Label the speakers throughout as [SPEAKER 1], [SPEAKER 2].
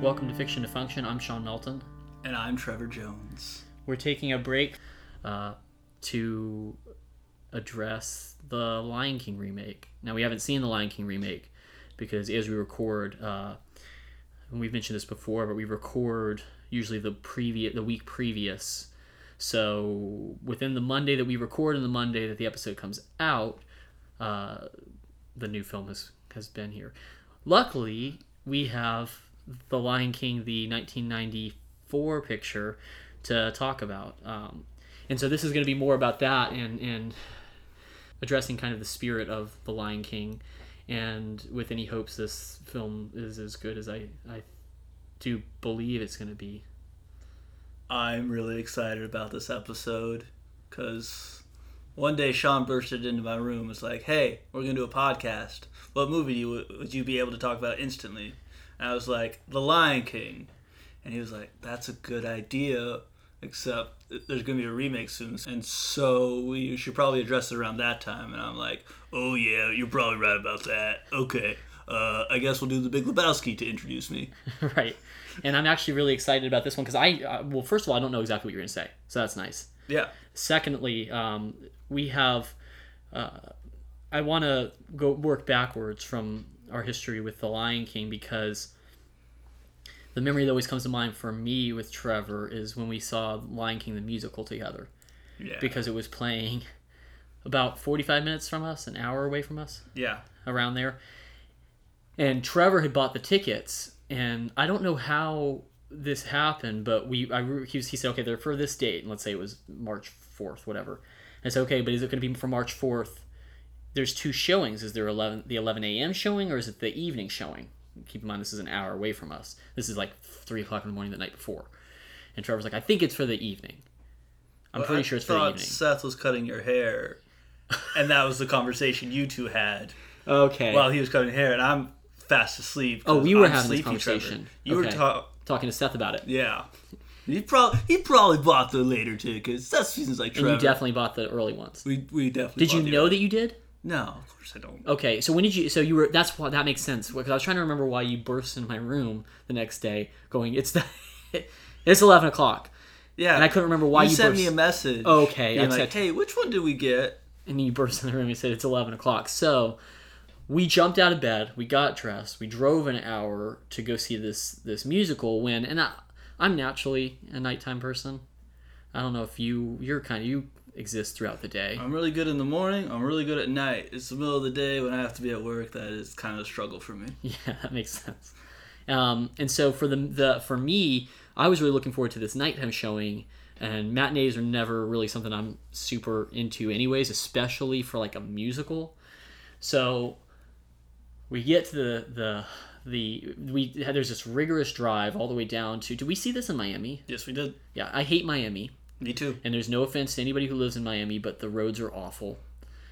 [SPEAKER 1] Welcome to Fiction to Function. I'm Sean Melton.
[SPEAKER 2] And I'm Trevor Jones.
[SPEAKER 1] We're taking a break uh, to address the Lion King remake. Now, we haven't seen the Lion King remake because as we record, uh, and we've mentioned this before, but we record usually the previous, the week previous. So within the Monday that we record and the Monday that the episode comes out, uh, the new film has, has been here. Luckily, we have The Lion King, the 1994 picture, to talk about. Um, and so this is going to be more about that and, and addressing kind of the spirit of The Lion King and with any hopes this film is as good as I, I do believe it's going to be.
[SPEAKER 2] I'm really excited about this episode because one day Sean bursted into my room and was like, hey, we're going to do a podcast. What movie you, would you be able to talk about instantly? And I was like, The Lion King. And he was like, that's a good idea, except there's going to be a remake soon. And so we should probably address it around that time. And I'm like, oh, yeah, you're probably right about that. Okay. Uh, I guess we'll do the Big Lebowski to introduce me.
[SPEAKER 1] right. And I'm actually really excited about this one because I, uh, well, first of all, I don't know exactly what you're going to say. So that's nice.
[SPEAKER 2] Yeah.
[SPEAKER 1] Secondly, um, we have. Uh, I want to go work backwards from our history with The Lion King because the memory that always comes to mind for me with Trevor is when we saw Lion King the musical together
[SPEAKER 2] Yeah.
[SPEAKER 1] because it was playing about 45 minutes from us, an hour away from us
[SPEAKER 2] yeah.
[SPEAKER 1] around there. And Trevor had bought the tickets, and I don't know how this happened, but we I re- he, was, he said okay they're for this date, and let's say it was March fourth, whatever. And I said okay, but is it going to be for March fourth? There's two showings. Is there eleven the eleven a.m. showing or is it the evening showing? Keep in mind this is an hour away from us. This is like three o'clock in the morning the night before. And Trevor's like I think it's for the evening. I'm
[SPEAKER 2] Well,
[SPEAKER 1] pretty
[SPEAKER 2] I
[SPEAKER 1] sure it's for the
[SPEAKER 2] thought
[SPEAKER 1] evening.
[SPEAKER 2] Seth was cutting your hair, and that was the conversation you two had
[SPEAKER 1] Okay.
[SPEAKER 2] while he was cutting hair, and I'm fast asleep.
[SPEAKER 1] oh,
[SPEAKER 2] 'cause
[SPEAKER 1] we were
[SPEAKER 2] I'm
[SPEAKER 1] having this
[SPEAKER 2] sleepy, Trevor.
[SPEAKER 1] conversation.
[SPEAKER 2] You were
[SPEAKER 1] Okay.
[SPEAKER 2] talking.
[SPEAKER 1] talking to Seth about it.
[SPEAKER 2] Yeah. He probably he probably bought the later tickets. That seems like Trevor.
[SPEAKER 1] You definitely bought the early ones.
[SPEAKER 2] we we definitely.
[SPEAKER 1] Did you
[SPEAKER 2] bought the-
[SPEAKER 1] know Oh, that you did?
[SPEAKER 2] No, of course I don't.
[SPEAKER 1] Okay, so when did you? So you were. That's why that makes sense. Because I was trying to remember why you burst in my room the next day, going, "It's the, it's eleven o'clock,"
[SPEAKER 2] Yeah.
[SPEAKER 1] and I couldn't remember why
[SPEAKER 2] you
[SPEAKER 1] you,
[SPEAKER 2] sent
[SPEAKER 1] burst.
[SPEAKER 2] me a message.
[SPEAKER 1] Okay,
[SPEAKER 2] being
[SPEAKER 1] I
[SPEAKER 2] like,
[SPEAKER 1] said-
[SPEAKER 2] hey, which one did we get?
[SPEAKER 1] and you burst in the room and said, "It's eleven o'clock." So we jumped out of bed, we got dressed, we drove an hour to go see this this musical. When and I, I'm naturally a nighttime person. I don't know if you you're kind of you exist throughout the day.
[SPEAKER 2] I'm really good in the morning. I'm really good at night. It's the middle of the day when I have to be at work. That is kind of a struggle for me.
[SPEAKER 1] Yeah, that makes sense. Um, and so for the the for me, I was really looking forward to this nighttime showing. And matinees are never really something I'm super into, anyways, especially for like a musical. So we get to the the the we there's this rigorous drive all the way down to. Do we see this in Miami?
[SPEAKER 2] Yes, we did.
[SPEAKER 1] Yeah, I hate Miami,
[SPEAKER 2] Me too.
[SPEAKER 1] and there's no offense to anybody who lives in Miami, but the roads are awful.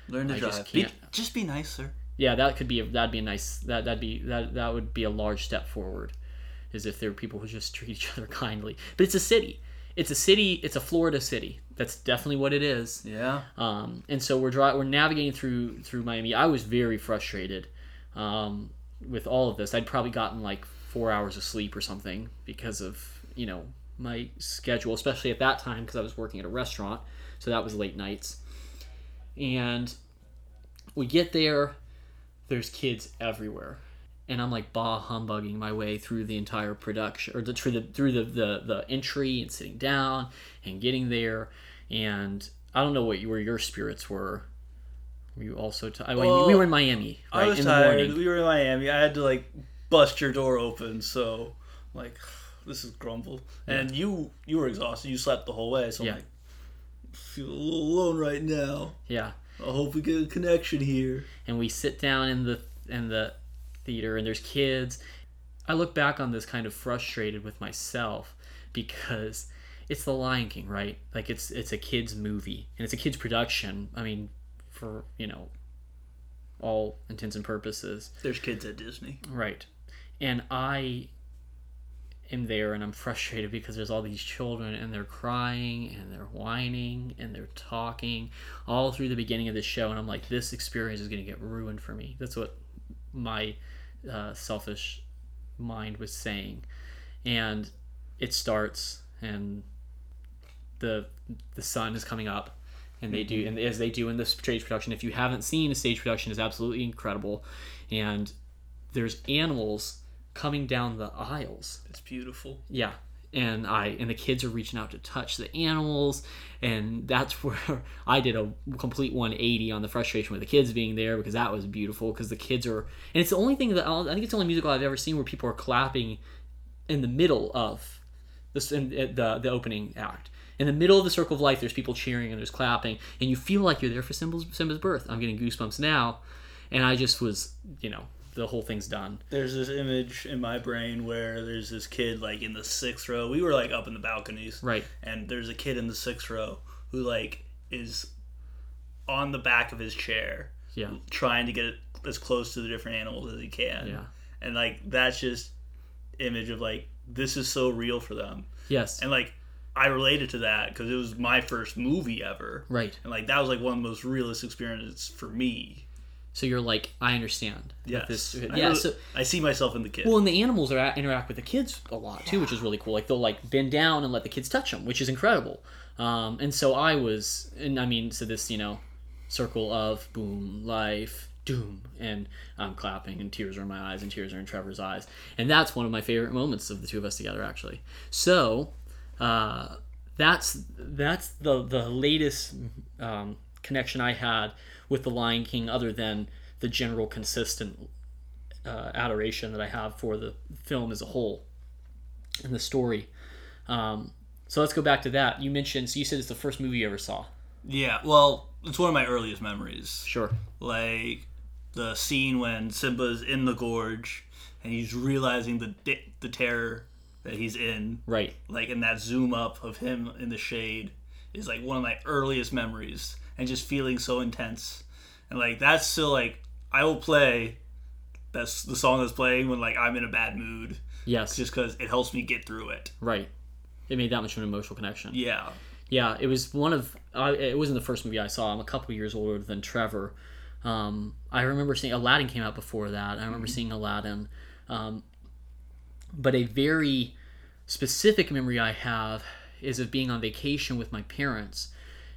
[SPEAKER 2] Learn to
[SPEAKER 1] I
[SPEAKER 2] drive.
[SPEAKER 1] just
[SPEAKER 2] Be-
[SPEAKER 1] can't.
[SPEAKER 2] just be nicer.
[SPEAKER 1] yeah, that could be a, that'd be a nice that that'd be that that would be a large step forward, is if there were people who just treat each other kindly. But it's a city, it's a city, it's a Florida city. That's definitely what it is.
[SPEAKER 2] Yeah.
[SPEAKER 1] Um, and so we're dri- we're navigating through through Miami. I was very frustrated um, with all of this. I'd probably gotten like four hours of sleep or something because of you know my schedule, especially at that time because I was working at a restaurant, so that was late nights. And we get there, there's kids everywhere, and I'm like bah humbugging my way through the entire production or the, through the through the, the the entry and sitting down and getting there, and I don't know what you, where your spirits were. Were you also? T- I mean, we
[SPEAKER 2] Well,
[SPEAKER 1] were in Miami, right?
[SPEAKER 2] I was
[SPEAKER 1] in the
[SPEAKER 2] tired.
[SPEAKER 1] morning.
[SPEAKER 2] We were in Miami. I had to like bust your door open, so like this is grumble. And you you were exhausted. You slept the whole way, so
[SPEAKER 1] Yeah.
[SPEAKER 2] I'm like feel a little alone right now.
[SPEAKER 1] Yeah,
[SPEAKER 2] I hope we get a connection here.
[SPEAKER 1] and we sit down in the in the theater, and there's kids. I look back on this kind of frustrated with myself because it's The Lion King, right? Like it's it's a kids movie and it's a kids production. I mean, for you know, all intents and purposes.
[SPEAKER 2] There's kids at Disney.
[SPEAKER 1] Right. And I am there and I'm frustrated because there's all these children and they're crying and they're whining and they're talking all through the beginning of the show. And I'm like, this experience is going to get ruined for me. That's what my uh, selfish mind was saying. and it starts and the the sun is coming up and they do and as they do in the stage production if you haven't seen a stage production is absolutely incredible and there's animals coming down the aisles
[SPEAKER 2] It's beautiful.
[SPEAKER 1] yeah and i and the kids are reaching out to touch the animals and that's where i did a complete 180 on the frustration with the kids being there because that was beautiful because the kids are and it's the only thing that I'll, i think it's the only musical i've ever seen where people are clapping in the middle of this in, uh, the the opening act in the middle of the circle of life there's people cheering and there's clapping and you feel like you're there for Simba's, Simba's birth i'm getting goosebumps now and i just was you know the whole thing's done
[SPEAKER 2] There's this image in my brain where there's this kid like in the sixth row. We were like up in the balconies.
[SPEAKER 1] right
[SPEAKER 2] and there's a kid in the sixth row who like is on the back of his chair
[SPEAKER 1] yeah
[SPEAKER 2] trying to get as close to the different animals as he can
[SPEAKER 1] yeah
[SPEAKER 2] and like that's just image of like this is so real for them
[SPEAKER 1] yes
[SPEAKER 2] and like i related to that because it was my first movie ever
[SPEAKER 1] right
[SPEAKER 2] and like that was like one of the most realist experiences for me
[SPEAKER 1] So you're like, I understand. that
[SPEAKER 2] yes
[SPEAKER 1] This,
[SPEAKER 2] I
[SPEAKER 1] yeah.
[SPEAKER 2] really-
[SPEAKER 1] So
[SPEAKER 2] i see myself in the kid
[SPEAKER 1] well, and the animals are at, interact with the kids a lot too, which is really cool. Like they'll like bend down and let the kids touch them, which is incredible. Um, and so I was, and I mean, so this you know, circle of boom, life, doom, and I'm clapping, and tears are in my eyes, and tears are in Trevor's eyes, and that's one of my favorite moments of the two of us together, actually. So uh, that's that's the the latest um, connection I had with the Lion King, other than the general consistent uh, adoration that I have for the film as a whole and the story. Um, so let's go back to that. You mentioned so you said it's the first movie you ever saw.
[SPEAKER 2] yeah well it's one of my earliest memories
[SPEAKER 1] Sure.
[SPEAKER 2] like the scene when Simba's in the gorge and he's realizing the di- the terror that he's in,
[SPEAKER 1] Right.
[SPEAKER 2] like in that zoom up of him in the shade is like one of my earliest memories and just feeling so intense. And like that's still like I will play that's the song that's playing when like I'm in a bad mood
[SPEAKER 1] Yes.
[SPEAKER 2] just cuz it helps me get through it.
[SPEAKER 1] right. It made that much of an emotional connection.
[SPEAKER 2] Yeah.
[SPEAKER 1] Yeah, it was one of. I it wasn't the first movie I saw. I'm a couple years older than Trevor. Um, I remember seeing Aladdin came out before that. I remember seeing Aladdin, um, but a very specific memory I have is of being on vacation with my parents,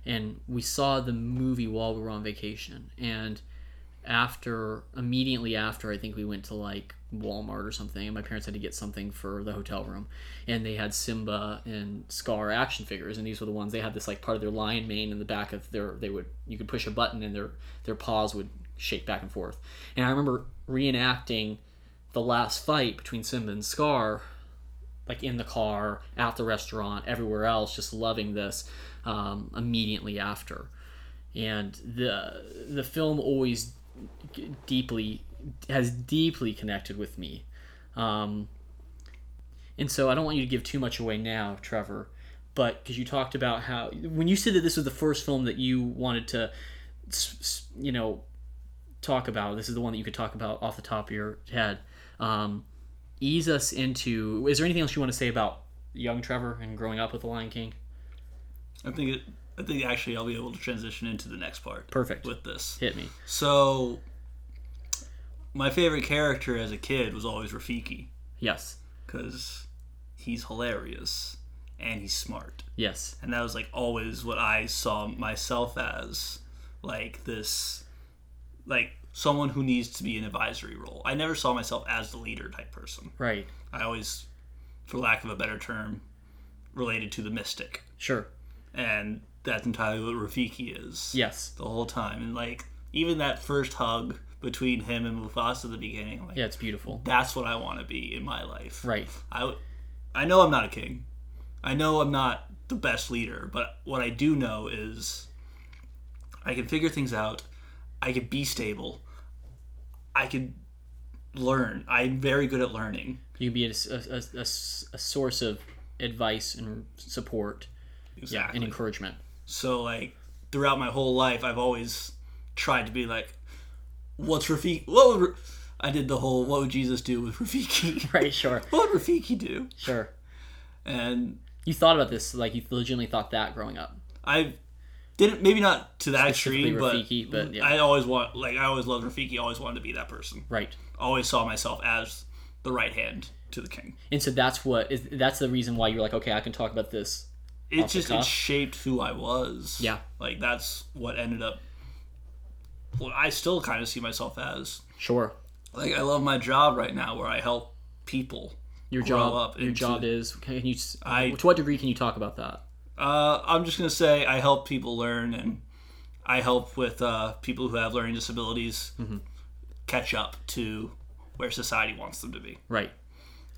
[SPEAKER 1] and we saw the movie while we were on vacation. And after, immediately after, I think we went to like Walmart or something, and my parents had to get something for the hotel room, and they had Simba and Scar action figures, and these were the ones they had this like part of their lion mane in the back of their. They would you could push a button and their their paws would shake back and forth, and I remember reenacting the last fight between Simba and Scar like in the car, at the restaurant, everywhere else, just loving this um, immediately after. And the the film always g- deeply has deeply connected with me. Um, and so I don't want you to give too much away now, Trevor, but because you talked about how when you said that this was the first film that you wanted to, s- s- you know, talk about. This is the one that you could talk about off the top of your head. Um, ease us into. Is there anything else you want to say about young Trevor and growing up with the Lion King?
[SPEAKER 2] I think it, I think actually I'll be able to transition into the next part
[SPEAKER 1] Perfect.
[SPEAKER 2] with this.
[SPEAKER 1] Hit me.
[SPEAKER 2] So, my favorite character as a kid was always Rafiki
[SPEAKER 1] Yes.
[SPEAKER 2] because he's hilarious and he's smart,
[SPEAKER 1] Yes.
[SPEAKER 2] and that was like always what I saw myself as, like this, like someone who needs to be an advisory role. I never saw myself as the leader type person.
[SPEAKER 1] Right.
[SPEAKER 2] I always, for lack of a better term, related to the mystic,
[SPEAKER 1] Sure.
[SPEAKER 2] and that's entirely what Rafiki is
[SPEAKER 1] Yes.
[SPEAKER 2] the whole time. And like even that first hug between him and Mufasa at the beginning, like
[SPEAKER 1] Yeah, it's beautiful.
[SPEAKER 2] that's what I want to be in my life.
[SPEAKER 1] Right.
[SPEAKER 2] I w- I know I'm not a king. I know I'm not the best leader, but what I do know is I can figure things out. I can be stable. I can learn. I'm very good at learning.
[SPEAKER 1] You can be a, a, a- a s- a source of advice and support
[SPEAKER 2] Exactly.
[SPEAKER 1] and encouragement.
[SPEAKER 2] So like throughout my whole life, I've always tried to be like, what's Rafiki? What would Ra- I did the whole what would Jesus do with Rafiki?
[SPEAKER 1] Right. Sure.
[SPEAKER 2] what would Rafiki do?
[SPEAKER 1] Sure.
[SPEAKER 2] And
[SPEAKER 1] You thought about this like you legitimately thought that growing up.
[SPEAKER 2] I didn't maybe not to that
[SPEAKER 1] Specifically
[SPEAKER 2] extreme, but,
[SPEAKER 1] Rafiki, but, yeah.
[SPEAKER 2] I always want like I always loved Rafiki. Always wanted to be that person.
[SPEAKER 1] Right.
[SPEAKER 2] Always saw myself as the right hand to the king.
[SPEAKER 1] And so that's what is that's the reason why you're like, okay, I can talk about this.
[SPEAKER 2] It
[SPEAKER 1] Off the
[SPEAKER 2] just it
[SPEAKER 1] cuff?
[SPEAKER 2] shaped who I was.
[SPEAKER 1] Yeah.
[SPEAKER 2] like that's what ended up. What I still kind of see myself as.
[SPEAKER 1] Sure.
[SPEAKER 2] Like I love my job right now, where I help people.
[SPEAKER 1] Your
[SPEAKER 2] Grow
[SPEAKER 1] job
[SPEAKER 2] up
[SPEAKER 1] your
[SPEAKER 2] into-
[SPEAKER 1] job is can you s-
[SPEAKER 2] I-
[SPEAKER 1] to what degree can you talk about that?
[SPEAKER 2] Uh, I'm just gonna say I help people learn, and I help with uh, people who have learning disabilities
[SPEAKER 1] Mm-hmm.
[SPEAKER 2] catch up to where society wants them to be.
[SPEAKER 1] Right.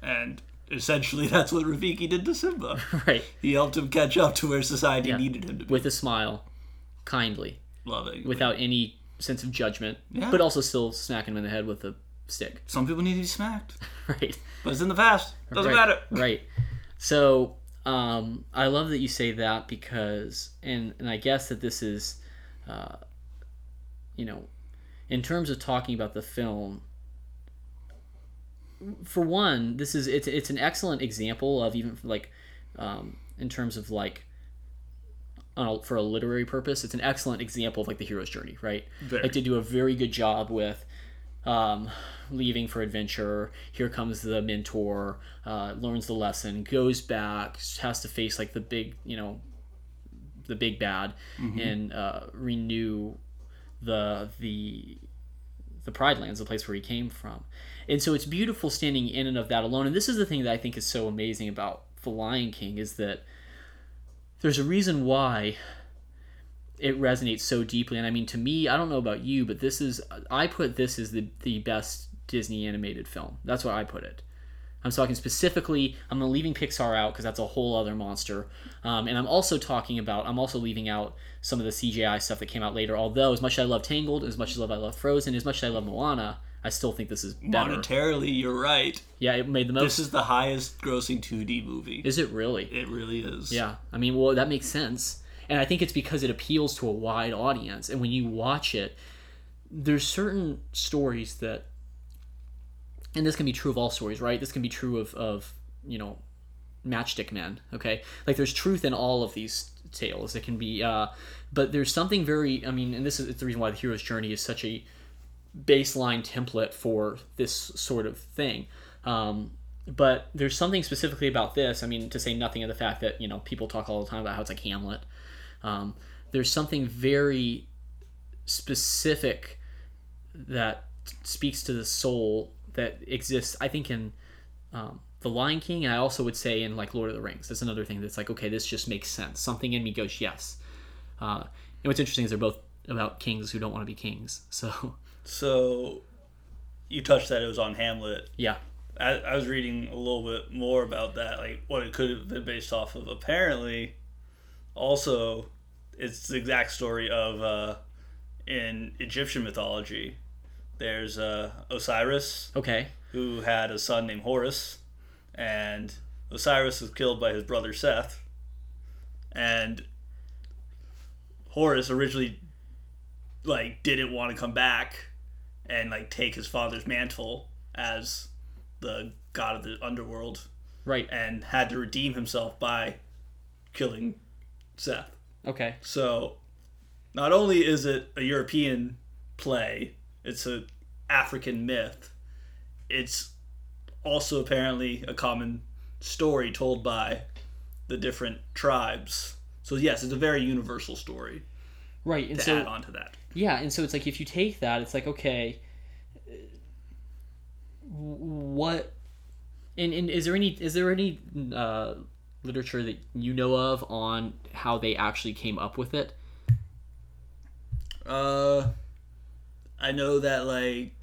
[SPEAKER 2] And essentially, that's what Rafiki did to Simba.
[SPEAKER 1] Right.
[SPEAKER 2] he helped him catch up to where society needed him to be.
[SPEAKER 1] With a smile, kindly,
[SPEAKER 2] loving.
[SPEAKER 1] without any sense of judgment,
[SPEAKER 2] Yeah.
[SPEAKER 1] but also still smacking him in the head with a stick.
[SPEAKER 2] Some people need to be smacked,
[SPEAKER 1] Right.
[SPEAKER 2] but it's in the past. Doesn't
[SPEAKER 1] right,
[SPEAKER 2] matter.
[SPEAKER 1] Right. So um, I love that you say that because, and and I guess that this is, uh, you know, in terms of talking about the film. For one, this is it's it's an excellent example of even like, um, in terms of like. On a, for a literary purpose, it's an excellent example of like the hero's journey, right?
[SPEAKER 2] Very.
[SPEAKER 1] Like they do a very good job with um, leaving for adventure. Here comes the mentor, uh, learns the lesson, goes back, has to face like the big, you know, the big bad, and uh, renew the the the Pride Lands, the place where he came from. And so it's beautiful standing in and of that alone. And this is the thing that I think is so amazing about The Lion King is that there's a reason why it resonates so deeply. And I mean, to me, I don't know about you, but this is I put this as the the best Disney animated film. That's what I put it. I'm talking specifically. I'm leaving Pixar out because that's a whole other monster. Um, and I'm also talking about. I'm also leaving out some of the CGI stuff that came out later. Although, as much as I love Tangled, as much as I love Frozen, as much as I love Moana, I still think this is better.
[SPEAKER 2] Monetarily, you're right.
[SPEAKER 1] yeah, it made the
[SPEAKER 2] This
[SPEAKER 1] most.
[SPEAKER 2] is the highest grossing 2D movie.
[SPEAKER 1] Is it really?
[SPEAKER 2] it really is.
[SPEAKER 1] Yeah, I mean, well, that makes sense, and I think it's because it appeals to a wide audience. And when you watch it, there's certain stories that, and this can be true of all stories, right? This can be true of of you know, matchstick men. Okay, like there's truth in all of these tales. It can be, uh, but there's something very. I mean, and this is it's the reason why the hero's journey is such a baseline template for this sort of thing. Um, but there's something specifically about this. I mean, to say nothing of the fact that you know people talk all the time about how it's like Hamlet. Um, there's something very specific that speaks to the soul that exists. I think in um, the Lion King, and I also would say in like Lord of the Rings. That's another thing that's like, okay, this just makes sense. Something in me goes yes. Uh, and what's interesting is they're both about kings who don't want to be kings. So
[SPEAKER 2] So, you touched that it was on Hamlet.
[SPEAKER 1] yeah,
[SPEAKER 2] I, I was reading a little bit more about that, like what it could have been based off of. Apparently, also, it's the exact story of uh, in Egyptian mythology. There's uh, Osiris,
[SPEAKER 1] okay,
[SPEAKER 2] who had a son named Horus, and Osiris was killed by his brother Seth, and Horus originally like didn't want to come back and like take his father's mantle as the god of the underworld
[SPEAKER 1] right,
[SPEAKER 2] and had to redeem himself by killing Seth.
[SPEAKER 1] okay,
[SPEAKER 2] So not only is it a European play, it's a African myth. It's also apparently a common story told by the different tribes. So yes, it's a very universal story
[SPEAKER 1] right. And
[SPEAKER 2] to
[SPEAKER 1] so
[SPEAKER 2] add on to that.
[SPEAKER 1] Yeah, and so it's like if you take that, it's like okay, uh, what, and, and is there any is there any uh, literature that you know of on how they actually came up with it?
[SPEAKER 2] Uh I know that like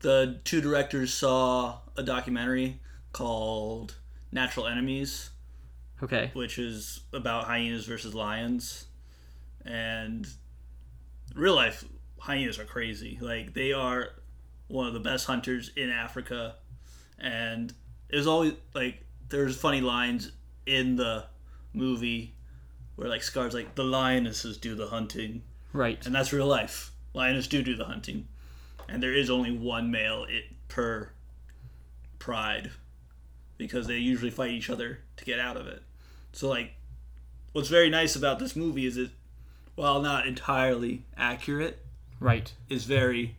[SPEAKER 2] the two directors saw a documentary called Natural Enemies
[SPEAKER 1] Okay,
[SPEAKER 2] which is about hyenas versus lions. And real life hyenas are crazy. Like they are one of the best hunters in Africa. And there's always like there's funny lines in the movie where like Scar's like the lionesses do the hunting,
[SPEAKER 1] right,
[SPEAKER 2] and that's real life. Lionesses do do the hunting, and there is only one male it per pride because they usually fight each other to get out of it. So like what's very nice about this movie is it while not entirely accurate,
[SPEAKER 1] right,
[SPEAKER 2] is very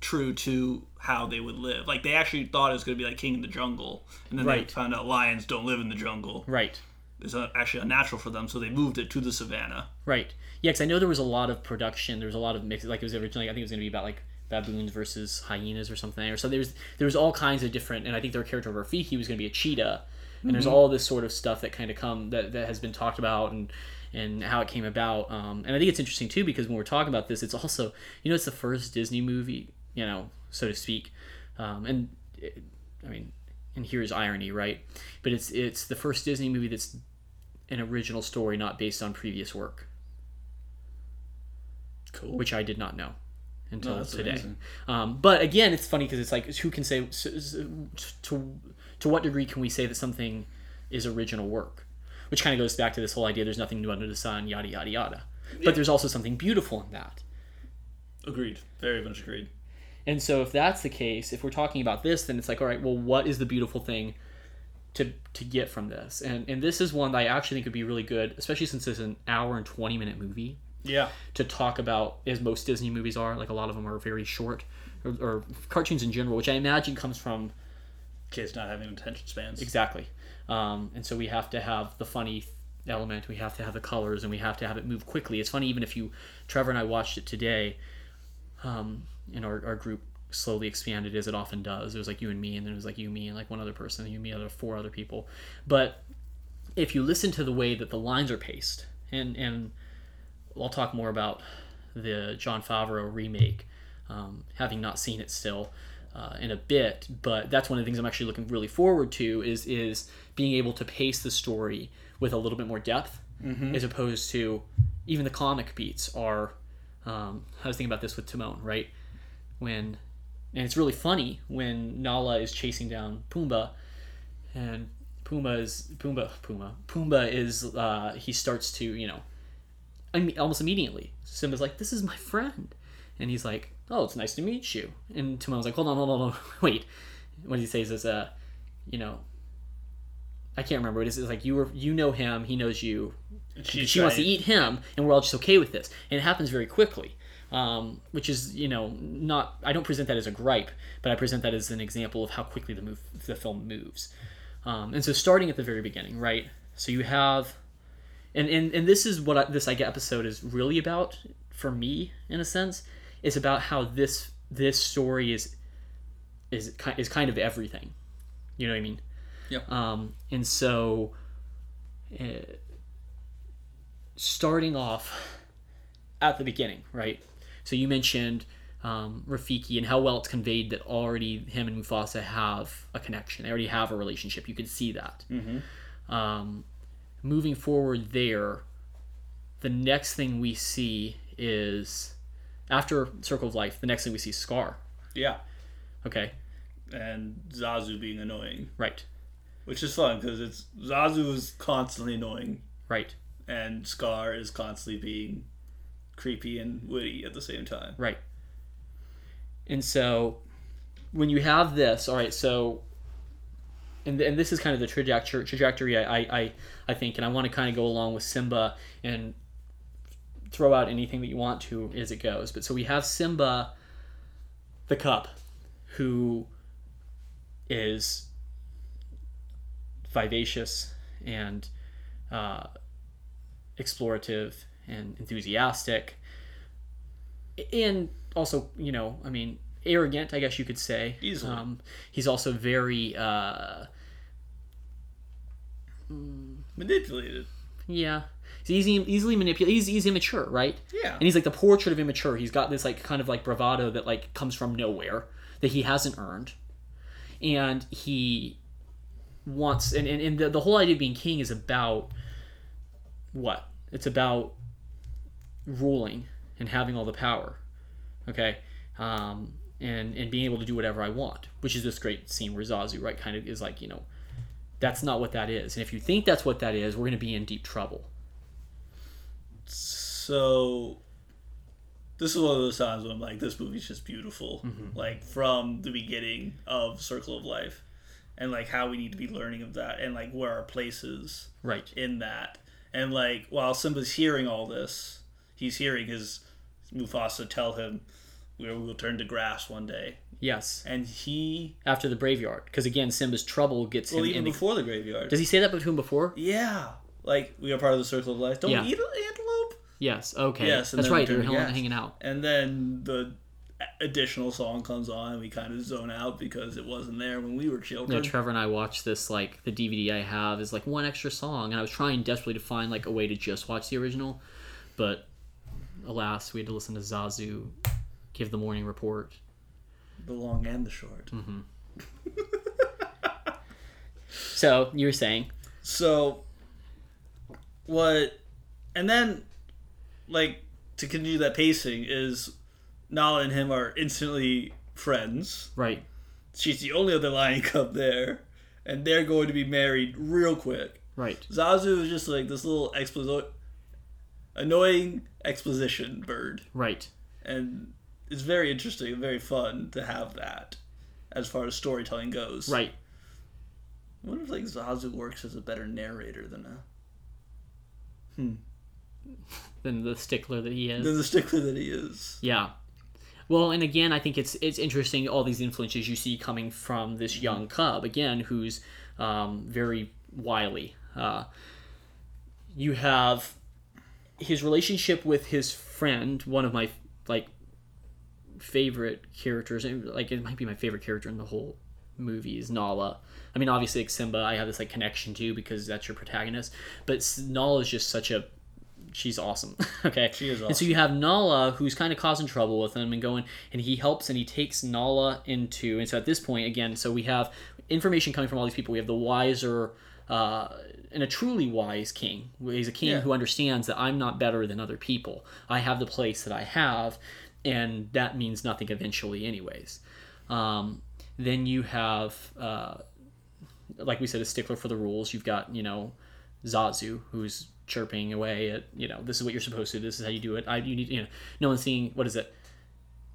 [SPEAKER 2] true to how they would live. Like they actually thought it was going to be like King of the Jungle, and then
[SPEAKER 1] Right.
[SPEAKER 2] they found out lions don't live in the jungle.
[SPEAKER 1] Right.
[SPEAKER 2] It's uh, actually unnatural for them, so they moved it to the savannah.
[SPEAKER 1] Right. Yeah, because I know there was a lot of production. There was a lot of mix. Like it was originally, I think it was going to be about like baboons versus hyenas or something. Or so there was there was all kinds of different. And I think their character Rafiki was going to be a cheetah. And there's all this sort of stuff that kind of come that, that has been talked about and and how it came about. Um, and I think it's interesting too because when we're talking about this, it's also you know it's the first Disney movie, you know, so to speak. Um, and it, I mean, and here's irony, right? But it's it's the first Disney movie that's an original story, not based on previous work
[SPEAKER 2] Cool.
[SPEAKER 1] which I did not know until
[SPEAKER 2] that's
[SPEAKER 1] today.
[SPEAKER 2] amazing.
[SPEAKER 1] Um, but again, it's funny because it's like who can say s- s- to to what degree can we say that something is original work? Which kind of goes back to this whole idea: there's nothing new under the sun, yada yada yada. But there's also something beautiful in that.
[SPEAKER 2] Agreed. Very much agreed.
[SPEAKER 1] And so, if that's the case, if we're talking about this, then it's like, all right, well, what is the beautiful thing to to get from this? And and this is one that I actually think would be really good, especially since it's an hour and twenty minute movie.
[SPEAKER 2] Yeah.
[SPEAKER 1] to talk about as most Disney movies are. Like a lot of them are very short, or, or cartoons in general, which I imagine comes from
[SPEAKER 2] Kids not having attention spans.
[SPEAKER 1] exactly. Um, and so we have to have the funny element, we have to have the colors, and we have to have it move quickly. It's funny, even if you, Trevor and I watched it today, um, and our, our group slowly expanded as it often does. It was like you and me, and then it was like you, me, and like one other person, and you, me, other four other people. But if you listen to the way that the lines are paced, and and I'll talk more about the John Favreau remake, um, having not seen it still uh, in a bit. But that's one of the things I'm actually looking really forward to is is being able to pace the story with a little bit more depth, as opposed to even the comic beats are. Um, I was thinking about this with Timon, right? When and it's really funny when Nala is chasing down Pumbaa and Puma is Pumba Puma Pumba is uh, he starts to you know I mean, almost immediately Simba's like this is my friend and he's like oh it's nice to meet you and Timon's like hold on hold on hold on wait what he says is uh you know I can't remember what it is it's like you were you know him he knows you
[SPEAKER 2] She's
[SPEAKER 1] she wants to
[SPEAKER 2] trying-
[SPEAKER 1] eat him and we're all just okay with this and it happens very quickly um, which is you know not i don't present that as a gripe but i present that as an example of how quickly the move the film moves um, and so starting at the very beginning right so you have and and, and this is what I, this I get episode is really about for me in a sense is about how this this story is is ki- is kind of everything you know what i mean
[SPEAKER 2] Yep.
[SPEAKER 1] um, and so uh, starting off at the beginning right so you mentioned um, Rafiki and how well it's conveyed that already him and Mufasa have a connection. They already have a relationship. You can see that. Um, moving forward there, the next thing we see is after Circle of Life, the next thing we see is Scar.
[SPEAKER 2] Yeah.
[SPEAKER 1] Okay,
[SPEAKER 2] And Zazu being annoying,
[SPEAKER 1] right,
[SPEAKER 2] which is fun because it's Zazu is constantly annoying,
[SPEAKER 1] right,
[SPEAKER 2] and Scar is constantly being creepy and witty at the same time.
[SPEAKER 1] right. And so when you have this, all right, so. And, and this is kind of the trajectory, trajectory I, I, I- I think, and I want to kind of go along with Simba and throw out anything that you want to as it goes. But so we have Simba, the cup, who is vivacious and uh, explorative and enthusiastic and also you know i mean arrogant i guess you could say
[SPEAKER 2] Easily.
[SPEAKER 1] um, he's also very uh,
[SPEAKER 2] Manipulated.
[SPEAKER 1] yeah he's easy, easily manipulated he's, he's immature right
[SPEAKER 2] Yeah.
[SPEAKER 1] and he's like the portrait of immature he's got this like kind of like bravado that like comes from nowhere that he hasn't earned and he wants and, and, and the, the whole idea of being king is about what it's about ruling and having all the power okay um, and and being able to do whatever i want which is this great scene where zazu right kind of is like you know that's not what that is and if you think that's what that is we're going to be in deep trouble
[SPEAKER 2] So this is one of those times when I'm like, this movie's just beautiful.
[SPEAKER 1] Mm-hmm.
[SPEAKER 2] Like from the beginning of Circle of Life. And like how we need to be learning of that and like where our place is
[SPEAKER 1] right
[SPEAKER 2] in that. And like while Simba's hearing all this, he's hearing his Mufasa tell him, we will turn to grass one day.
[SPEAKER 1] Yes,
[SPEAKER 2] And he,
[SPEAKER 1] after the Braveyard, because again, Simba's trouble gets
[SPEAKER 2] well,
[SPEAKER 1] him
[SPEAKER 2] even
[SPEAKER 1] in. The...
[SPEAKER 2] before the graveyard.
[SPEAKER 1] Does he say that between before?
[SPEAKER 2] yeah, like we are part of the circle of life. Don't
[SPEAKER 1] Yeah.
[SPEAKER 2] eat an antelope.
[SPEAKER 1] Yes. Okay.
[SPEAKER 2] Yes, and
[SPEAKER 1] that's
[SPEAKER 2] then
[SPEAKER 1] right.
[SPEAKER 2] we
[SPEAKER 1] They're
[SPEAKER 2] turn to
[SPEAKER 1] hanging-
[SPEAKER 2] gas.
[SPEAKER 1] hanging out.
[SPEAKER 2] And then the additional song comes on, and we kind of zone out because it wasn't there when we were
[SPEAKER 1] Yeah,
[SPEAKER 2] children.
[SPEAKER 1] Trevor and I watched this like the DVD I have is like one extra song, and I was trying desperately to find like a way to just watch the original, but alas, we had to listen to Zazu give the morning report.
[SPEAKER 2] the long and the short.
[SPEAKER 1] So you were saying,
[SPEAKER 2] So, what, and then, like, to continue that pacing is Nala and him are instantly friends.
[SPEAKER 1] right?
[SPEAKER 2] She's the only other lion cub there, and they're going to be married real quick.
[SPEAKER 1] Right.
[SPEAKER 2] Zazu is just like this little expo- annoying exposition bird,
[SPEAKER 1] Right.
[SPEAKER 2] and it's very interesting and very fun to have that as far as storytelling goes.
[SPEAKER 1] Right.
[SPEAKER 2] I wonder if like Zazu works as a better narrator than a
[SPEAKER 1] Than the stickler that he is.
[SPEAKER 2] than the stickler that he is.
[SPEAKER 1] Yeah. Well, and again, I think it's it's interesting all these influences you see coming from this young cub again, who's um, very wily. Uh, you have his relationship with his friend, one of my like favorite characters, and like it might be my favorite character in the whole movie is Nala. I mean, obviously, like Simba, I have this like connection to because that's your protagonist, but S- Nala is just such a she's awesome. okay.
[SPEAKER 2] She is
[SPEAKER 1] And so you have Nala who's kind of causing trouble with him and going and he helps and he takes Nala into and so at this point again, so we have information coming from all these people. We have the wiser uh, and a truly wise king. He's a king
[SPEAKER 2] Yeah.
[SPEAKER 1] who understands that I'm not better than other people. I have the place that I have, and that means nothing eventually, anyways. Um, then you have uh, like we said, a stickler for the rules. You've got, you know, Zazu who's chirping away at, you know, this is what you're supposed to. do. This is how you do it. I, you need, you know, no one's saying, what is it?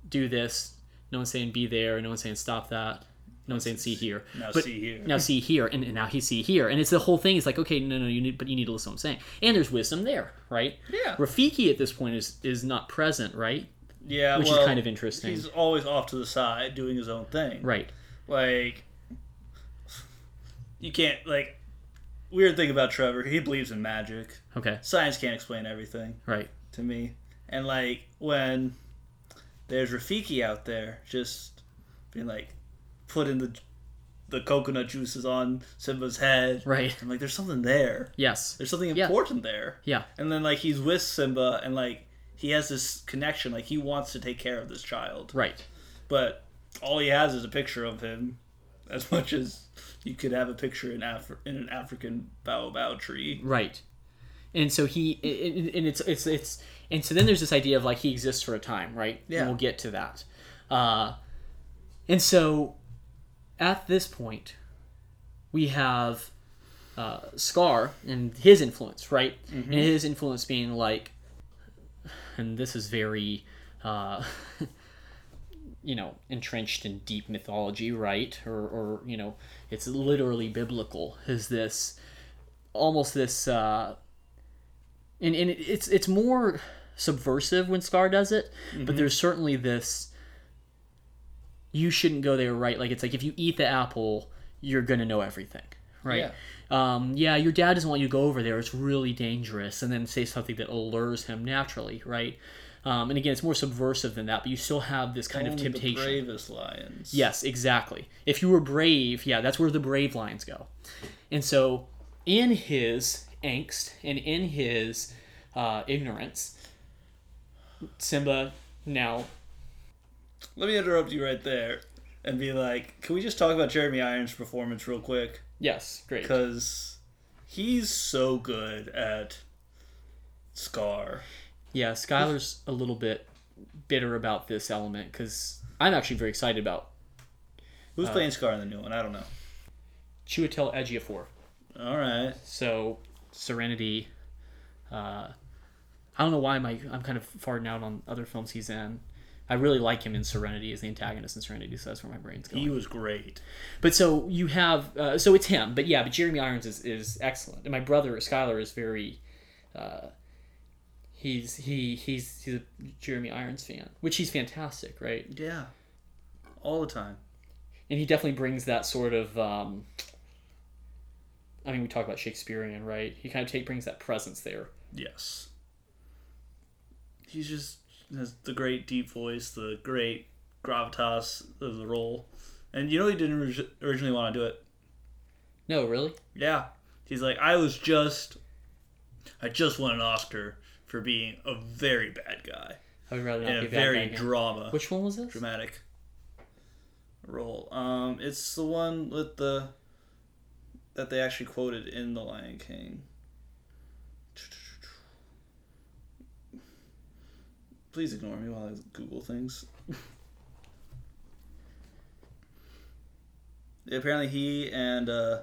[SPEAKER 1] Do this. No one's saying be there. No one's saying stop that. No one's saying see here.
[SPEAKER 2] Now
[SPEAKER 1] But-
[SPEAKER 2] see here.
[SPEAKER 1] Now see here, and, and now he see here, and it's the whole thing. It's like okay, no, no, you need, but you need to listen to what I'm saying. And there's wisdom there, right?
[SPEAKER 2] Yeah.
[SPEAKER 1] Rafiki at this point is is not present, right?
[SPEAKER 2] Yeah,
[SPEAKER 1] Which is
[SPEAKER 2] well,
[SPEAKER 1] kind of interesting.
[SPEAKER 2] He's always off to the side doing his own thing.
[SPEAKER 1] Right.
[SPEAKER 2] Like, you can't like. Weird thing about Trevor, he believes in magic.
[SPEAKER 1] Okay.
[SPEAKER 2] Science can't explain everything
[SPEAKER 1] Right.
[SPEAKER 2] to me. And like when there's Rafiki out there, just being like, putting the the coconut juices on Simba's head.
[SPEAKER 1] Right.
[SPEAKER 2] I'm like, there's something there.
[SPEAKER 1] Yes.
[SPEAKER 2] There's something
[SPEAKER 1] Yeah.
[SPEAKER 2] important there.
[SPEAKER 1] Yeah.
[SPEAKER 2] And then like he's with Simba and like he has this connection, like he wants to take care of this child.
[SPEAKER 1] Right.
[SPEAKER 2] But all he has is a picture of him as much as you could have a picture in Afri- in an African baobab tree.
[SPEAKER 1] Right. And so he and and it's it's it's and so then there's this idea of like he exists for a time, right?
[SPEAKER 2] Yeah.
[SPEAKER 1] And we'll get to that. Uh and so at this point we have uh Scar and his influence, right? And his influence being like and this is very uh you know entrenched in deep mythology right or or you know it's literally biblical is this almost this uh and, and it's it's more subversive when scar does it but there's certainly this you shouldn't go there right like it's like if you eat the apple you're gonna know everything right um, yeah, your dad doesn't want you to go over there. It's really dangerous. And then say something that allures him naturally, right? Um, and again, it's more subversive than that, but you still have this kind of
[SPEAKER 2] Only
[SPEAKER 1] temptation.
[SPEAKER 2] The bravest lions.
[SPEAKER 1] Yes, exactly. If you were brave, yeah, that's where the brave lines go. And so, in his angst and in his uh, ignorance, Simba now.
[SPEAKER 2] Let me interrupt you right there and be like, can we just talk about Jeremy Irons' performance real quick?
[SPEAKER 1] Yes, great.
[SPEAKER 2] Because he's so good at Scar.
[SPEAKER 1] Yeah, Skylar's a little bit bitter about this element because I'm actually very excited about
[SPEAKER 2] Who's
[SPEAKER 1] Uh,
[SPEAKER 2] playing Scar in the new one? I don't know.
[SPEAKER 1] Chiwetel Ejiofor.
[SPEAKER 2] All right.
[SPEAKER 1] So Serenity. Uh, I don't know why my I'm kind of farting out on other films he's in. I really like him in Serenity as the antagonist in Serenity, so that's where my brain's going.
[SPEAKER 2] He was great.
[SPEAKER 1] But so you have, uh, so it's him. But yeah, but Jeremy Irons is, is excellent, and my brother Skylar is very. Uh, He's he he's he's a Jeremy Irons fan, which he's fantastic, right?
[SPEAKER 2] Yeah. All the time.
[SPEAKER 1] and he definitely brings that sort of um, i mean we talk about shakespearean right he kind of take, brings that presence there
[SPEAKER 2] Yes. He's just has the great deep voice, the great gravitas of the role. And you know he didn't orig- originally want to do it.
[SPEAKER 1] no really
[SPEAKER 2] Yeah. He's like, I was just, I just won an Oscar for being a very bad guy
[SPEAKER 1] i would rather not
[SPEAKER 2] in
[SPEAKER 1] be
[SPEAKER 2] a
[SPEAKER 1] a bad
[SPEAKER 2] very
[SPEAKER 1] very
[SPEAKER 2] drama,
[SPEAKER 1] which one was this
[SPEAKER 2] dramatic role. Um, it's the one with the that they actually quoted in The Lion King. Please ignore me while I Google things. Apparently, he and uh,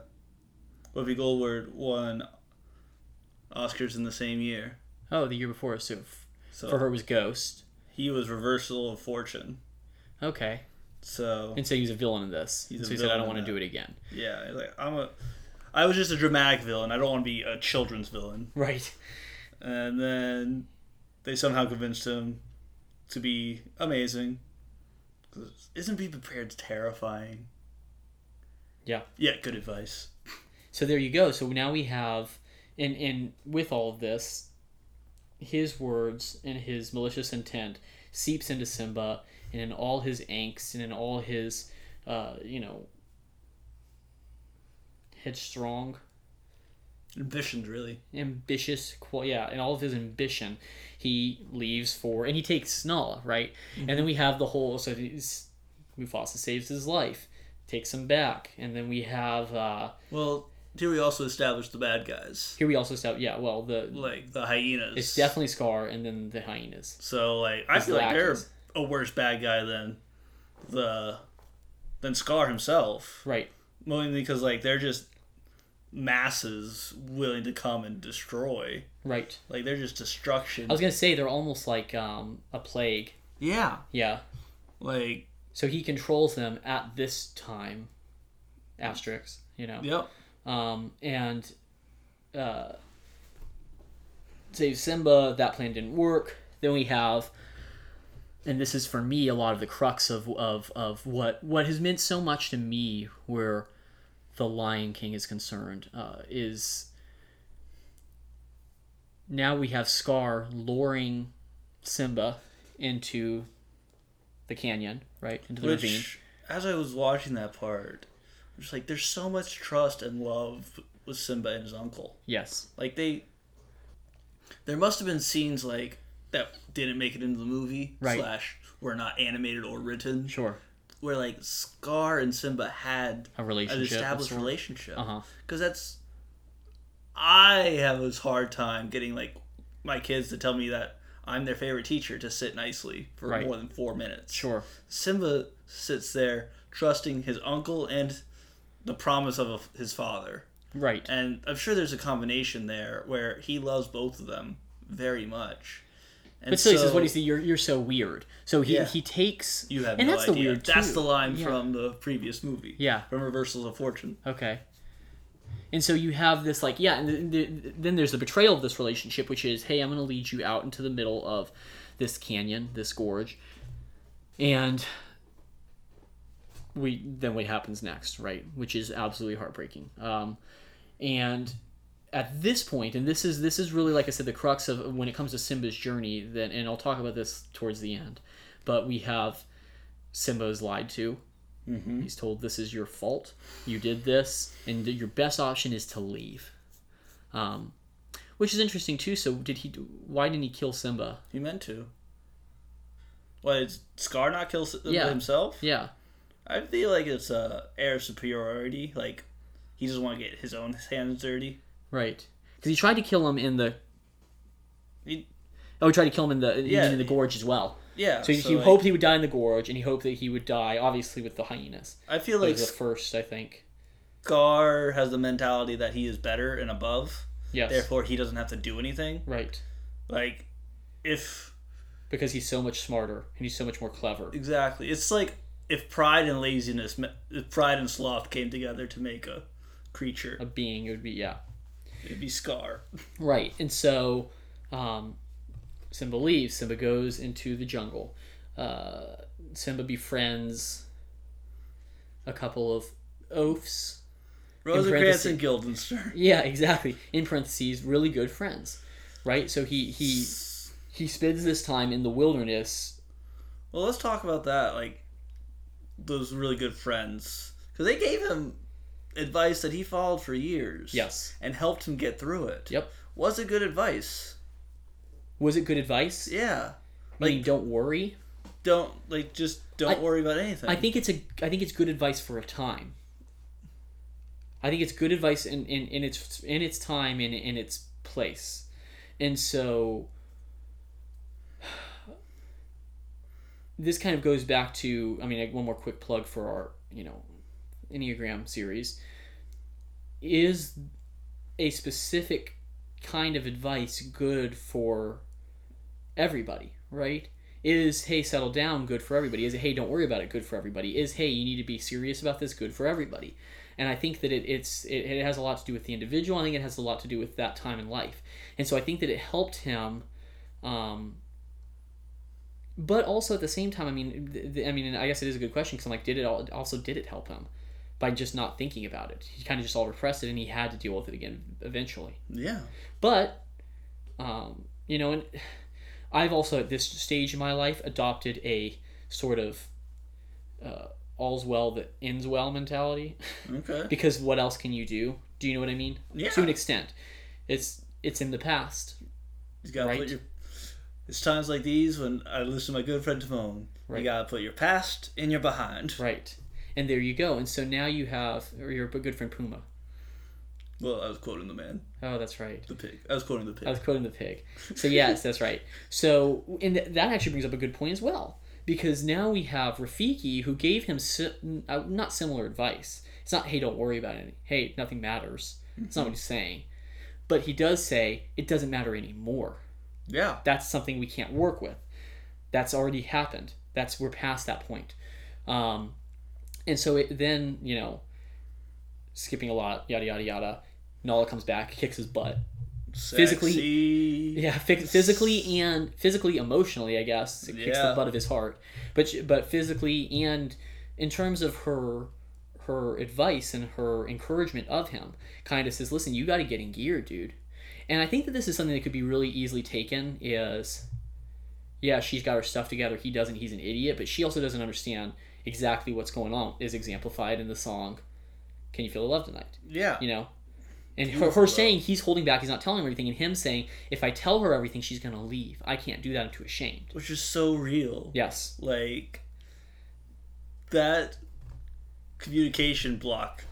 [SPEAKER 2] Whoopi Goldberg won Oscars in the same year.
[SPEAKER 1] oh the year before so f-
[SPEAKER 2] So
[SPEAKER 1] for her it was ghost
[SPEAKER 2] he was reversal of fortune.
[SPEAKER 1] okay
[SPEAKER 2] So
[SPEAKER 1] and so he was a villain in this
[SPEAKER 2] He's
[SPEAKER 1] And
[SPEAKER 2] a
[SPEAKER 1] so he said i
[SPEAKER 2] villain
[SPEAKER 1] don't
[SPEAKER 2] in
[SPEAKER 1] want to
[SPEAKER 2] that.
[SPEAKER 1] do it again
[SPEAKER 2] Yeah, it's like I'm a. I was just a dramatic villain. I don't want to be a children's villain.
[SPEAKER 1] right
[SPEAKER 2] And then they somehow convinced him to be amazing. 'Cause Isn't be prepared terrifying?
[SPEAKER 1] Yeah.
[SPEAKER 2] Yeah, good advice.
[SPEAKER 1] so there you go so now we have and and with all of this his words and his malicious intent seeps into simba and in all his angst and in all his uh you know headstrong
[SPEAKER 2] Ambitions, really.
[SPEAKER 1] ambitious qual yeah and all of his ambition he leaves for and he takes Nala right and then we have the whole so he's, Mufasa saves his life takes him back and then we have uh
[SPEAKER 2] Well, here we also established the bad guys,
[SPEAKER 1] here we also stop yeah well the
[SPEAKER 2] like the hyenas.
[SPEAKER 1] It's definitely Scar and then the hyenas.
[SPEAKER 2] so like I
[SPEAKER 1] It's
[SPEAKER 2] feel like they're
[SPEAKER 1] lackeys.
[SPEAKER 2] a worse bad guy than the than Scar himself.
[SPEAKER 1] Right.
[SPEAKER 2] mainly because like they're just masses willing to come and destroy
[SPEAKER 1] Right.
[SPEAKER 2] like they're just destruction
[SPEAKER 1] I was gonna say they're almost like um, a plague.
[SPEAKER 2] yeah
[SPEAKER 1] Yeah.
[SPEAKER 2] like
[SPEAKER 1] So he controls them at this time. Asterix, you know.
[SPEAKER 2] yep
[SPEAKER 1] Um, and uh, save Simba. That plan didn't work. Then we have, and this is for me a lot of the crux of of of what what has meant so much to me where the Lion King is concerned uh, is now we have Scar luring Simba into the canyon, right into the ravine.
[SPEAKER 2] which as i was watching that part i'm just like there's so much trust and love with simba and his uncle
[SPEAKER 1] Yes,
[SPEAKER 2] like they there must have been scenes like that didn't make it into the movie
[SPEAKER 1] Right.
[SPEAKER 2] slash were not animated or written
[SPEAKER 1] sure.
[SPEAKER 2] where like scar and simba had
[SPEAKER 1] A
[SPEAKER 2] an
[SPEAKER 1] relationship. of
[SPEAKER 2] established
[SPEAKER 1] sorts.
[SPEAKER 2] relationship.
[SPEAKER 1] Uh-huh.
[SPEAKER 2] Because that's, I have a hard time getting like my kids to tell me that I'm their favorite teacher to sit nicely for
[SPEAKER 1] Right.
[SPEAKER 2] more than four minutes.
[SPEAKER 1] Sure.
[SPEAKER 2] Simba sits there trusting his uncle and the promise of his father,
[SPEAKER 1] Right.
[SPEAKER 2] and I'm sure there's a combination there where he loves both of them very much. And
[SPEAKER 1] But still, he says, "What do you see? You're you're so weird." So he
[SPEAKER 2] Yeah.
[SPEAKER 1] he takes
[SPEAKER 2] You have
[SPEAKER 1] and
[SPEAKER 2] no
[SPEAKER 1] that's
[SPEAKER 2] idea.
[SPEAKER 1] the weird.
[SPEAKER 2] that's
[SPEAKER 1] too.
[SPEAKER 2] the line
[SPEAKER 1] Yeah.
[SPEAKER 2] from the previous movie.
[SPEAKER 1] Yeah.
[SPEAKER 2] From Reversals of Fortune.
[SPEAKER 1] Okay. And so you have this like yeah, and th- th- then there's the betrayal of this relationship, which is, "Hey, I'm going to lead you out into the middle of this canyon, this gorge," and we then what happens next, right? Which is absolutely heartbreaking. Um, and at this point and this is this is really like i said the crux of when it comes to simba's journey then and i'll talk about this towards the end but we have simba's lied to he's told this is your fault you did this and your best option is to leave um, which is interesting too so did he do- why didn't he kill simba
[SPEAKER 2] He meant to. What, did Scar not kill S-
[SPEAKER 1] Yeah.
[SPEAKER 2] himself?
[SPEAKER 1] yeah
[SPEAKER 2] I feel like it's a air of superiority. Like, he doesn't want to get his own hands dirty.
[SPEAKER 1] right because he tried to kill him in the
[SPEAKER 2] He,
[SPEAKER 1] oh he tried to kill him in the
[SPEAKER 2] Yeah,
[SPEAKER 1] in the
[SPEAKER 2] he-
[SPEAKER 1] gorge as well
[SPEAKER 2] yeah.
[SPEAKER 1] so, he
[SPEAKER 2] like,
[SPEAKER 1] hoped he would die in the gorge and he hoped that he would die obviously with the hyenas
[SPEAKER 2] I feel
[SPEAKER 1] like
[SPEAKER 2] like
[SPEAKER 1] the first i think
[SPEAKER 2] Scar has the mentality that he is better and above.
[SPEAKER 1] yes
[SPEAKER 2] Therefore, he doesn't have to do anything.
[SPEAKER 1] Right.
[SPEAKER 2] Like, if.
[SPEAKER 1] Because he's so much smarter and he's so much more clever.
[SPEAKER 2] Exactly. It's like if pride and laziness, me- if pride and sloth came together to make a creature,
[SPEAKER 1] A being, it would be, yeah.
[SPEAKER 2] it'd be Scar.
[SPEAKER 1] Right. And so um, Simba leaves. Simba goes into the jungle. Uh, Simba befriends a couple of oafs.
[SPEAKER 2] Rosencrantz
[SPEAKER 1] parentheses-
[SPEAKER 2] and Guildenstern.
[SPEAKER 1] Yeah, exactly. In parentheses, really good friends, right? So he he he spends this time in the wilderness.
[SPEAKER 2] Well, let's talk about that. Like those really good friends, because they gave him advice that he followed for years.
[SPEAKER 1] Yes.
[SPEAKER 2] and helped him get through it.
[SPEAKER 1] Yep.
[SPEAKER 2] was it good advice?
[SPEAKER 1] Was it good advice?
[SPEAKER 2] Yeah,
[SPEAKER 1] Meaning,
[SPEAKER 2] like-
[SPEAKER 1] don't worry.
[SPEAKER 2] don't like just don't
[SPEAKER 1] I-
[SPEAKER 2] worry about anything.
[SPEAKER 1] I think it's a I think it's good advice for a time. I think it's good advice in, in, in its in its time and in its place. And so this kind of goes back to I mean one more quick plug for our, you know, Enneagram series is a specific kind of advice good for everybody, right? Is hey, settle down good for everybody? Is hey, don't worry about it good for everybody? Is hey, you need to be serious about this good for everybody? And I think that it, it's it, it has a lot to do with the individual. I think it has a lot to do with that time in life. And so I think that it helped him. Um, but also at the same time, I mean, th- th- I mean, and I guess it is a good question because I'm like, did it all, also did it help him by just not thinking about it? He kind of just all repressed it, and he had to deal with it again eventually
[SPEAKER 2] yeah,
[SPEAKER 1] but um, you know and i've also at this stage in my life adopted a sort of uh, all's well that ends well mentality
[SPEAKER 2] okay.
[SPEAKER 1] because what else can you do do you know what i mean
[SPEAKER 2] Yeah.
[SPEAKER 1] to an extent it's it's in the past
[SPEAKER 2] You gotta
[SPEAKER 1] Right.
[SPEAKER 2] put your. It's times like these when I listen to my good friend Timon.
[SPEAKER 1] Right.
[SPEAKER 2] You gotta put your past in your behind.
[SPEAKER 1] right and there you go and so now you have or your good friend puma
[SPEAKER 2] Well, I was quoting the man,
[SPEAKER 1] oh that's right
[SPEAKER 2] the pig. I was quoting the pig.
[SPEAKER 1] I was quoting the pig. So yes, that's right. So and th- that actually brings up a good point as well because now we have Rafiki who gave him si- n- uh, not similar advice. It's not hey don't worry about it. Hey nothing matters. It's not what he's saying, but he does say it doesn't matter anymore.
[SPEAKER 2] yeah,
[SPEAKER 1] That's something we can't work with. That's already happened. That's we're past that point. Um, and so it then you know, skipping a lot, yada yada yada. Nala comes back, kicks his butt. physically-
[SPEAKER 2] Sexy.
[SPEAKER 1] Yeah, phy- physically and physically, emotionally, I guess it kicks the
[SPEAKER 2] Yeah.
[SPEAKER 1] butt of his heart. But she- but physically and in terms of her her advice and her encouragement of him, kind of says, "Listen, you got to get in gear, dude." And I think that this is something that could be really easily taken is, yeah, she's got her stuff together. He doesn't. He's an idiot. But she also doesn't understand exactly what's going on. Is exemplified in the song, "Can You Feel the Love Tonight."
[SPEAKER 2] Yeah,
[SPEAKER 1] you know and her,
[SPEAKER 2] Beautiful,
[SPEAKER 1] her
[SPEAKER 2] though.
[SPEAKER 1] saying he's holding back he's not telling her everything and him saying if i tell her everything she's gonna leave i can't do that i'm too ashamed
[SPEAKER 2] which is so real.
[SPEAKER 1] yes
[SPEAKER 2] Like that communication block is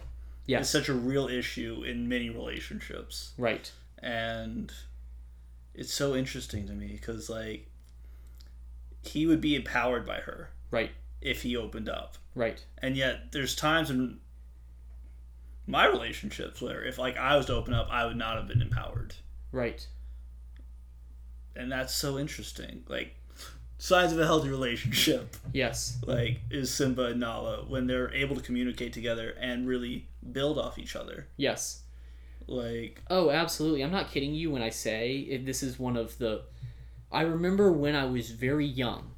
[SPEAKER 1] yes
[SPEAKER 2] such a real issue in many relationships.
[SPEAKER 1] right
[SPEAKER 2] and it's so interesting to me because like he would be empowered by her
[SPEAKER 1] right
[SPEAKER 2] if he opened up
[SPEAKER 1] right
[SPEAKER 2] and yet there's times in my relationships where if like i was to open up i would not have been empowered
[SPEAKER 1] right
[SPEAKER 2] and that's so interesting like signs of a healthy relationship
[SPEAKER 1] yes
[SPEAKER 2] like is simba and nala when they're able to communicate together and really build off each other
[SPEAKER 1] yes
[SPEAKER 2] like
[SPEAKER 1] oh absolutely i'm not kidding you when i say it, this is one of the i remember when i was very young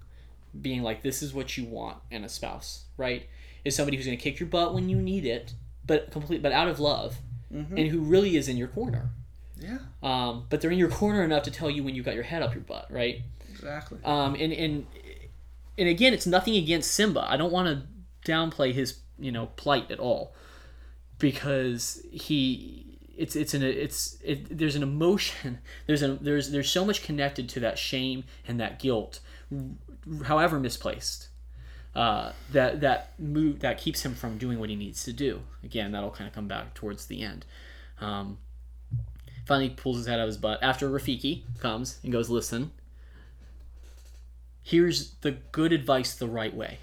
[SPEAKER 1] being like this is what you want in a spouse right is somebody who's gonna kick your butt when you need it but complete but out of love and who really is in your corner
[SPEAKER 2] yeah
[SPEAKER 1] um, but they're in your corner enough to tell you when you got your head up your butt right
[SPEAKER 2] exactly
[SPEAKER 1] Um, and and and again, it's nothing against Simba. I don't want to downplay his you know plight at all, because he it's it's an it's it, there's an emotion there's a there's there's so much connected to that shame and that guilt, however misplaced. Uh, that that move that keeps him from doing what he needs to do. Again, that'll kind of come back towards the end. Um, finally, pulls his head out of his butt after Rafiki comes and goes, "Listen, here's the good advice the right way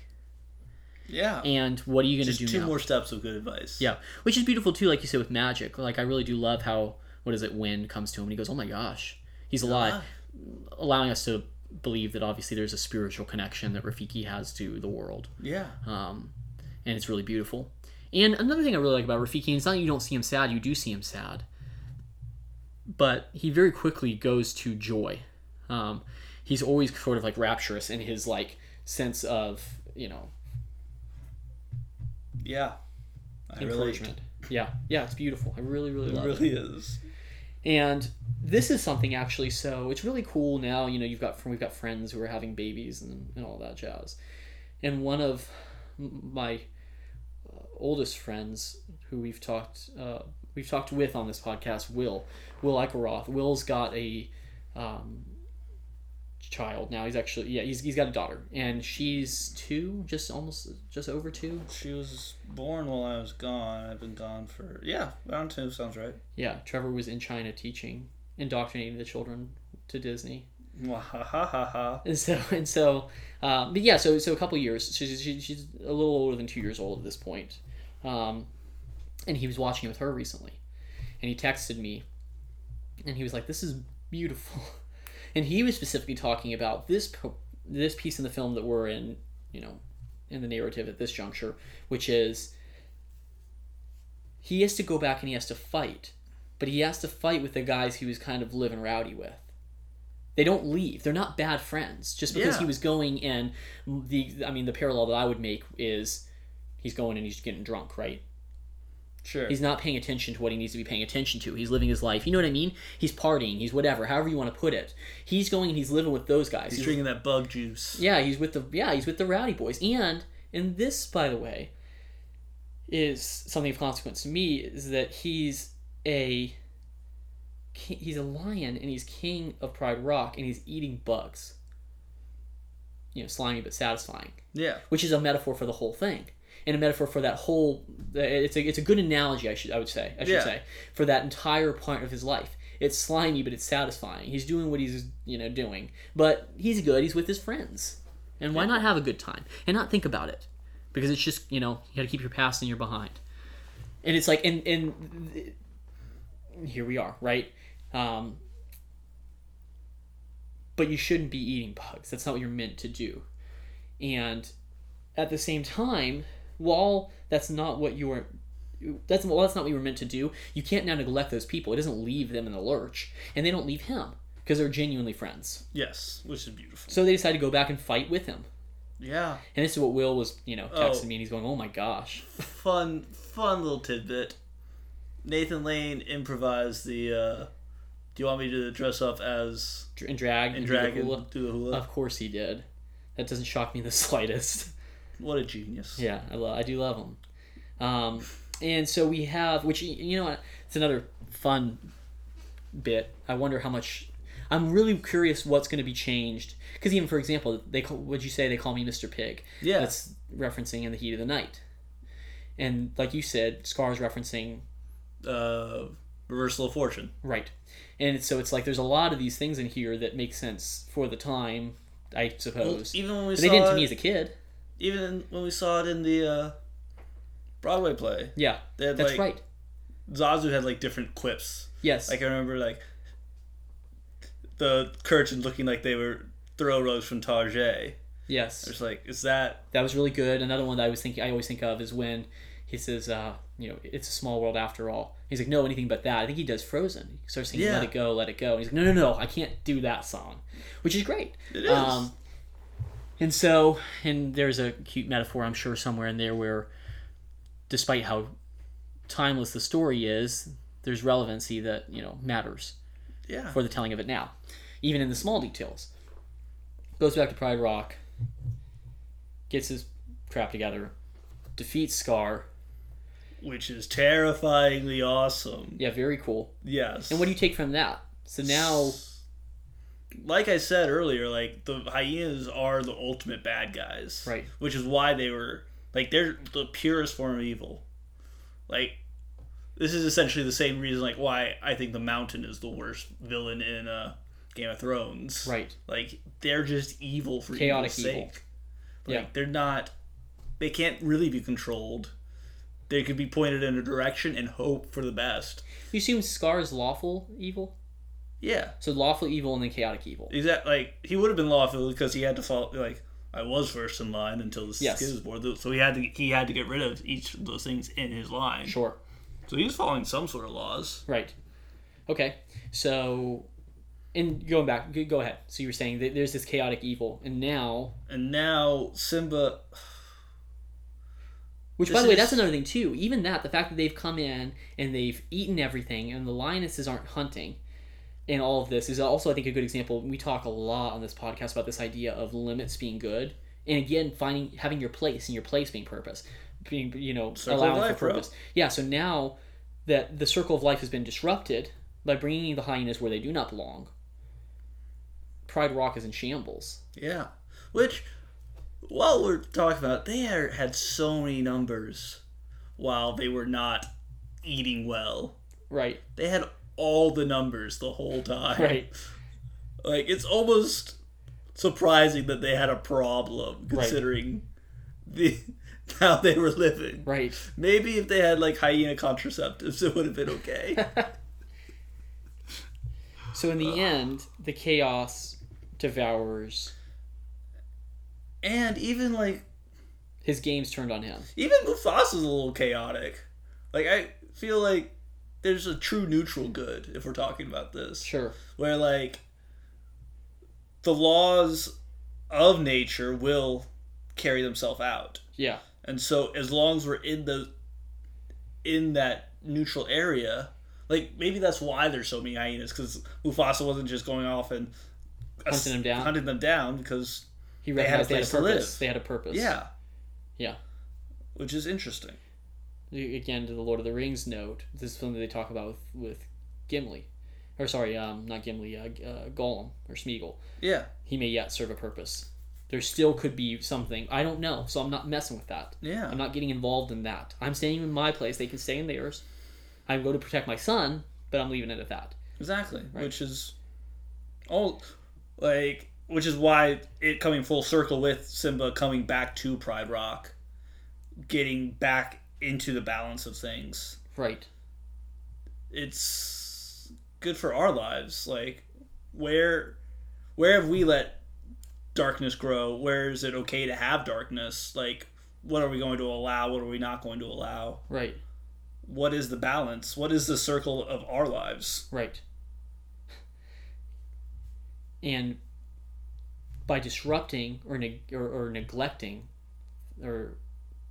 [SPEAKER 2] yeah
[SPEAKER 1] and what are you going to
[SPEAKER 2] just
[SPEAKER 1] do
[SPEAKER 2] two
[SPEAKER 1] now
[SPEAKER 2] more steps of good advice
[SPEAKER 1] yeah which is beautiful too like you said with magic like i really do love how what is it wind comes to him and he goes oh my gosh he's
[SPEAKER 2] Oh,
[SPEAKER 1] alive allowing us to believe that obviously there's a spiritual connection that rafiki has to the world
[SPEAKER 2] yeah
[SPEAKER 1] um, and it's really beautiful and another thing i really like about rafiki and it's not that you don't see him sad you do see him sad but he very quickly goes to joy Um, he's always sort of like rapturous in his like sense of you know
[SPEAKER 2] Yeah. I relate.
[SPEAKER 1] encouragement. Yeah, yeah, it's beautiful. I really, really
[SPEAKER 2] It
[SPEAKER 1] love it.
[SPEAKER 2] really is.
[SPEAKER 1] And this is something actually. So it's really cool now. You know, you've got we've got friends who are having babies and, and all that jazz. And one of m- my uh, oldest friends who we've talked uh, we've talked with on this podcast, Will Will Eichelroth. Will's got a um, child now. He's actually yeah he's, he's got a daughter and she's two, just almost just over two.
[SPEAKER 2] She was born while I was gone. I've been gone for yeah, around two sounds right.
[SPEAKER 1] Yeah, Trevor was in China teaching, indoctrinating the children to Disney.
[SPEAKER 2] Wah, ha ha ha ha.
[SPEAKER 1] And so and so, uh, but yeah, so so a couple years. She's she, she's a little older than two years old at this point, um, and he was watching it with her recently, and he texted me, and he was like, "This is beautiful," and he was specifically talking about this po- this piece in the film that we're in, you know, in the narrative at this juncture, which is he has to go back and he has to fight, but he has to fight with the guys he was kind of living rowdy with they don't leave they're not bad friends just because
[SPEAKER 2] Yeah.
[SPEAKER 1] he was going and the i mean the parallel that i would make is he's going and he's getting drunk right
[SPEAKER 2] Sure.
[SPEAKER 1] he's not paying attention to what he needs to be paying attention to he's living his life you know what i mean he's partying he's whatever however you want to put it he's going and he's living with those guys
[SPEAKER 2] He's
[SPEAKER 1] He's-
[SPEAKER 2] drinking that bug juice.
[SPEAKER 1] yeah, he's with the yeah, he's with the rowdy boys. And and this, by the way, is something of consequence to me is that he's a ki- he's a lion and he's king of Pride Rock and he's eating bugs. You know, slimy but satisfying,
[SPEAKER 2] Yeah.
[SPEAKER 1] which is a metaphor for the whole thing. And a metaphor for that whole it's a it's a good analogy I should I would say I should
[SPEAKER 2] Yeah.
[SPEAKER 1] say for that entire part of his life. It's slimy but it's satisfying. He's doing what he's you know doing, but he's good. He's with his friends. And why not have a good time and not think about it? Because it's just, you know, you got to keep your past and your behind. And it's like, and, and th- here we are, right? Um, but you shouldn't be eating bugs. That's not what you're meant to do. And at the same time, while that's not what you are, that's well, that's not what you were meant to do. You can't now neglect those people. It doesn't leave them in the lurch, and they don't leave him because they're genuinely friends.
[SPEAKER 2] Yes, which is beautiful.
[SPEAKER 1] So they decide to go back and fight with him.
[SPEAKER 2] Yeah.
[SPEAKER 1] And this is what Will was, you know, texting
[SPEAKER 2] Oh.
[SPEAKER 1] me, and he's going, "Oh my gosh,
[SPEAKER 2] Fun, fun little tidbit. Nathan Lane improvised the. uh Do you want me to dress up as
[SPEAKER 1] Dr- and drag
[SPEAKER 2] and
[SPEAKER 1] and do the
[SPEAKER 2] drag
[SPEAKER 1] hula."
[SPEAKER 2] and do the hula?
[SPEAKER 1] Of course he did. That doesn't shock me the slightest.
[SPEAKER 2] What a genius!
[SPEAKER 1] yeah, I love, I do love him. Um, and so we have, which y- you know, what, it's another fun bit. I wonder how much. I'm really curious what's going to be changed because even for example, they call, would you say they call me Mr. Pig?
[SPEAKER 2] Yeah.
[SPEAKER 1] That's referencing in the heat of the night. And like you said, Scar's referencing
[SPEAKER 2] Uh, reversal of fortune.
[SPEAKER 1] Right. And so it's like there's a lot of these things in here that make sense for the time, I suppose.
[SPEAKER 2] Even when we
[SPEAKER 1] but
[SPEAKER 2] saw
[SPEAKER 1] they didn't
[SPEAKER 2] it-
[SPEAKER 1] to me as a kid.
[SPEAKER 2] even when we saw it in the uh, Broadway play,
[SPEAKER 1] Yeah.
[SPEAKER 2] they had,
[SPEAKER 1] That's
[SPEAKER 2] like,
[SPEAKER 1] right.
[SPEAKER 2] Zazu had like different quips.
[SPEAKER 1] Yes.
[SPEAKER 2] Like I remember like the curtain looking like they were throw rows from Tarjay.
[SPEAKER 1] yes.
[SPEAKER 2] It's like, is that
[SPEAKER 1] That was really good. Another one that I was thinking I always think of is when he says, uh, you know, it's a small world after all. He's like, No, anything but that. I think he does Frozen. He starts singing
[SPEAKER 2] Yeah.
[SPEAKER 1] Let It Go, Let It Go. And he's like, No, no, no, I can't do that song. Which is great. Um,
[SPEAKER 2] It is.
[SPEAKER 1] and so and there's a cute metaphor I'm sure somewhere in there where despite how timeless the story is, there's relevancy that, you know, matters
[SPEAKER 2] yeah?
[SPEAKER 1] for the telling of it now, even in the small details. Goes back to Pride Rock, gets his crap together, defeats Scar.
[SPEAKER 2] Which is terrifyingly awesome.
[SPEAKER 1] Yeah, very cool.
[SPEAKER 2] Yes.
[SPEAKER 1] And what do you take from that? So now,
[SPEAKER 2] like I said earlier, like the hyenas are the ultimate bad guys.
[SPEAKER 1] Right.
[SPEAKER 2] Which is why they were like they're the purest form of evil. Like this is essentially the same reason like why I think the mountain is the worst villain in uh Game of Thrones.
[SPEAKER 1] right?
[SPEAKER 2] Like they're just evil for
[SPEAKER 1] Chaotic
[SPEAKER 2] evil's
[SPEAKER 1] evil.
[SPEAKER 2] sake.
[SPEAKER 1] Yeah.
[SPEAKER 2] Like they're not they can't really be controlled. They could be pointed in a direction and hope for the best.
[SPEAKER 1] You assume Scar is lawful evil,
[SPEAKER 2] Yeah.
[SPEAKER 1] so lawful evil and then chaotic evil.
[SPEAKER 2] Exactly. Like he would have been lawful because he had to follow. Like I was first in line until the
[SPEAKER 1] Yes.
[SPEAKER 2] skid was born, so he had to he had to get rid of each of those things in his line.
[SPEAKER 1] Sure,
[SPEAKER 2] So he was following some sort of laws.
[SPEAKER 1] right? Okay, so and going back, go- go ahead. So you were saying that there's this chaotic evil, and now,
[SPEAKER 2] And now Simba.
[SPEAKER 1] which by
[SPEAKER 2] This
[SPEAKER 1] the way,
[SPEAKER 2] is-
[SPEAKER 1] that's another thing too. Even that, the fact that they've come in and they've eaten everything, and the lionesses aren't hunting, and all of this is also, I think, a good example. We talk a lot on this podcast about this idea of limits being good, and again, finding having your place and your place being purpose, being you know
[SPEAKER 2] Circle of
[SPEAKER 1] allowing
[SPEAKER 2] life,
[SPEAKER 1] for
[SPEAKER 2] bro.
[SPEAKER 1] purpose. Yeah. So now that the circle of life has been disrupted by bringing the hyenas where they do not belong, Pride Rock is in shambles.
[SPEAKER 2] Yeah. Which, while we're talking about, they are, had so many numbers while they were not eating well.
[SPEAKER 1] Right.
[SPEAKER 2] They had all the numbers the whole time.
[SPEAKER 1] Right.
[SPEAKER 2] Like, it's almost surprising that they had a problem considering the how they were living.
[SPEAKER 1] Right.
[SPEAKER 2] Maybe if they had, like, hyena contraceptives, it would have been okay.
[SPEAKER 1] So in the end, the chaos devours.
[SPEAKER 2] and even, like,
[SPEAKER 1] His game's turned on him.
[SPEAKER 2] Even Mufasa's a little chaotic. Like I feel like there's a true neutral good if we're talking about this,
[SPEAKER 1] Sure.
[SPEAKER 2] where like the laws of nature will carry themselves out,
[SPEAKER 1] Yeah.
[SPEAKER 2] and so as long as we're in the in that neutral area, like maybe that's why there's so many hyenas because Mufasa wasn't just going off and
[SPEAKER 1] Hunting them down?
[SPEAKER 2] hunting them down because
[SPEAKER 1] He
[SPEAKER 2] had a
[SPEAKER 1] recognized they had a,
[SPEAKER 2] place to
[SPEAKER 1] purpose.
[SPEAKER 2] live.
[SPEAKER 1] They had a purpose.
[SPEAKER 2] yeah,
[SPEAKER 1] Yeah.
[SPEAKER 2] which is interesting.
[SPEAKER 1] Again, to the Lord of the Rings note, this is something they talk about with, with Gimli. Or sorry, um, not Gimli, uh, uh, Gollum or Smeagol.
[SPEAKER 2] Yeah,
[SPEAKER 1] He may yet serve a purpose. There still could be something. I don't know, so I'm not messing with that.
[SPEAKER 2] yeah.
[SPEAKER 1] I'm not getting involved in that. I'm staying in my place. They can stay in theirs. I'm going to protect my son, but I'm leaving it at that.
[SPEAKER 2] Exactly, which is all like which is why it coming full circle with Simba coming back to Pride Rock, getting back into the balance of things.
[SPEAKER 1] Right.
[SPEAKER 2] It's good for our lives. Like where where have we let darkness grow? Where is it okay to have darkness? Like what are we going to allow? What are we not going to allow?
[SPEAKER 1] Right.
[SPEAKER 2] What is the balance? What is the circle of our lives?
[SPEAKER 1] Right. And by disrupting or neg- or, or neglecting or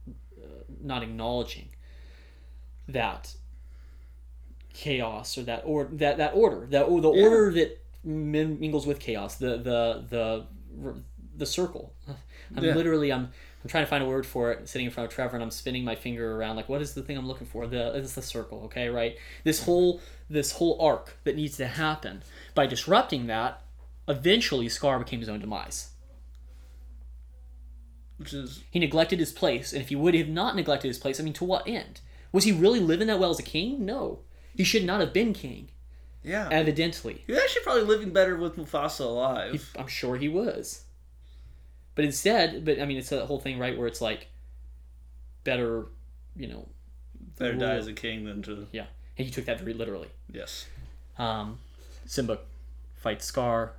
[SPEAKER 1] uh, not acknowledging that chaos or that or that that order that or the
[SPEAKER 2] Yeah.
[SPEAKER 1] order that min- mingles with chaos the the the the circle i'm
[SPEAKER 2] Yeah.
[SPEAKER 1] literally i'm i'm trying to find a word for it sitting in front of trevor and i'm spinning my finger around like what is the thing i'm looking for the it's the circle okay right this whole this whole arc that needs to happen by disrupting that eventually scar became his own demise
[SPEAKER 2] Which is
[SPEAKER 1] he neglected his place, and if he would have not neglected his place, I mean, to what end? Was he really living that well as a king? No. He should not have been king,
[SPEAKER 2] yeah.
[SPEAKER 1] evidently.
[SPEAKER 2] You're actually probably living better with Mufasa alive.
[SPEAKER 1] I'm sure he was. But instead, but I mean, it's a whole thing, right, where it's like better, you know,
[SPEAKER 2] Better die as a king than to
[SPEAKER 1] yeah. And he took that very literally.
[SPEAKER 2] yes.
[SPEAKER 1] Um, Simba fights Scar.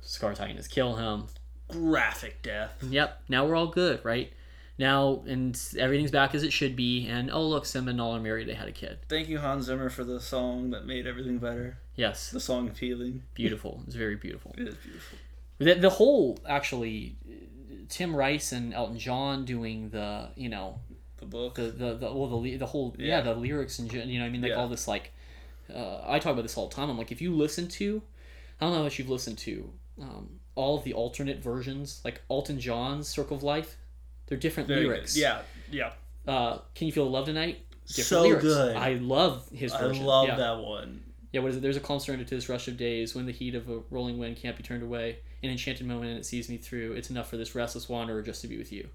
[SPEAKER 1] Scar's hyenas kill him.
[SPEAKER 2] Graphic death.
[SPEAKER 1] Yep. Now we're all good, right? Now and everything's back as it should be. And oh look, Simba and Nala are married. They had a kid.
[SPEAKER 2] Thank you, Hans Zimmer, for the song that made everything better.
[SPEAKER 1] Yes.
[SPEAKER 2] The song of healing.
[SPEAKER 1] beautiful. It's very beautiful.
[SPEAKER 2] It is beautiful.
[SPEAKER 1] The, the whole actually, Tim Rice and Elton John doing the you know
[SPEAKER 2] The book.
[SPEAKER 1] the the, the well the le- the whole yeah,
[SPEAKER 2] Yeah.
[SPEAKER 1] the lyrics and gen- you know what I mean like
[SPEAKER 2] Yeah.
[SPEAKER 1] all this like, uh, I talk about this all the time. I'm like if you listen to, I don't know if you've listened to um, all of the alternate versions like Elton John's Circle of Life, they're different
[SPEAKER 2] Very good.
[SPEAKER 1] lyrics.
[SPEAKER 2] Yeah, yeah.
[SPEAKER 1] Uh, Can you feel the love tonight? Different
[SPEAKER 2] So
[SPEAKER 1] lyrics.
[SPEAKER 2] good.
[SPEAKER 1] I love his
[SPEAKER 2] I
[SPEAKER 1] version.
[SPEAKER 2] love
[SPEAKER 1] yeah.
[SPEAKER 2] that one.
[SPEAKER 1] Yeah, what is it? There's a calm surrender to this rush of days when the heat of a rolling wind can't be turned away. An enchanted moment and it sees me through. It's enough for this restless wanderer just to be with you.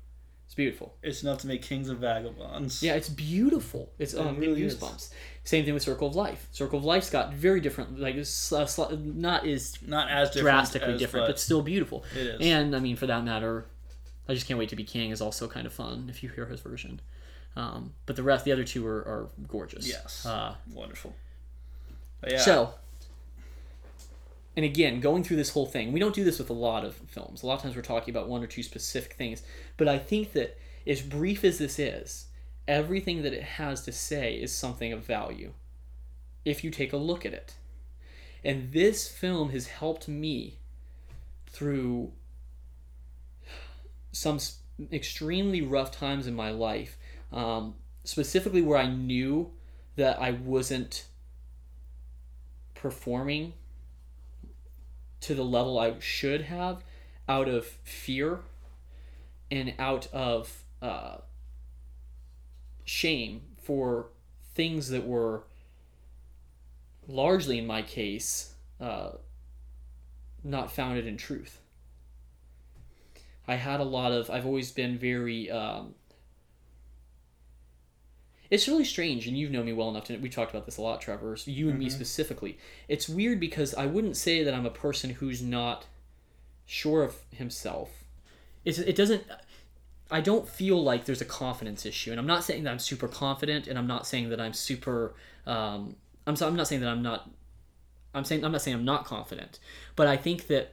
[SPEAKER 1] It's beautiful.
[SPEAKER 2] It's enough to make kings and vagabonds.
[SPEAKER 1] Yeah, it's beautiful. It's um, it
[SPEAKER 2] really is.
[SPEAKER 1] goosebumps. Same thing with Circle of Life. Circle of Life's got very different, like it's, uh, sli- not as
[SPEAKER 2] Not as different
[SPEAKER 1] drastically
[SPEAKER 2] as,
[SPEAKER 1] different, but still beautiful.
[SPEAKER 2] It is.
[SPEAKER 1] And I mean, for that matter, I just can't wait to be king is also kind of fun if you hear his version. Um, but the rest, the other two are, are gorgeous.
[SPEAKER 2] Yes.
[SPEAKER 1] Uh,
[SPEAKER 2] wonderful. But yeah.
[SPEAKER 1] so, and again, going through this whole thing, we don't do this with a lot of films. A lot of times we're talking about one or two specific things, but I think that as brief as this is, everything that it has to say is something of value if you take a look at it. And this film has helped me through some s- extremely rough times in my life, um, specifically where I knew that I wasn't performing to the level I should have out of fear and out of uh, shame for things that were largely, in my case, uh, not founded in truth. I had a lot of. I've always been very. Um, it's really strange, and you've known me well enough to. We talked about this a lot, Trevor. so you and me specifically. It's weird because I wouldn't say that I'm a person who's not sure of himself. It's, it doesn't. I don't feel like there's a confidence issue, and I'm not saying that I'm super confident, and I'm not saying that I'm super. Um, I'm so, I'm not saying that I'm not. I'm saying I'm not saying I'm not confident, but I think that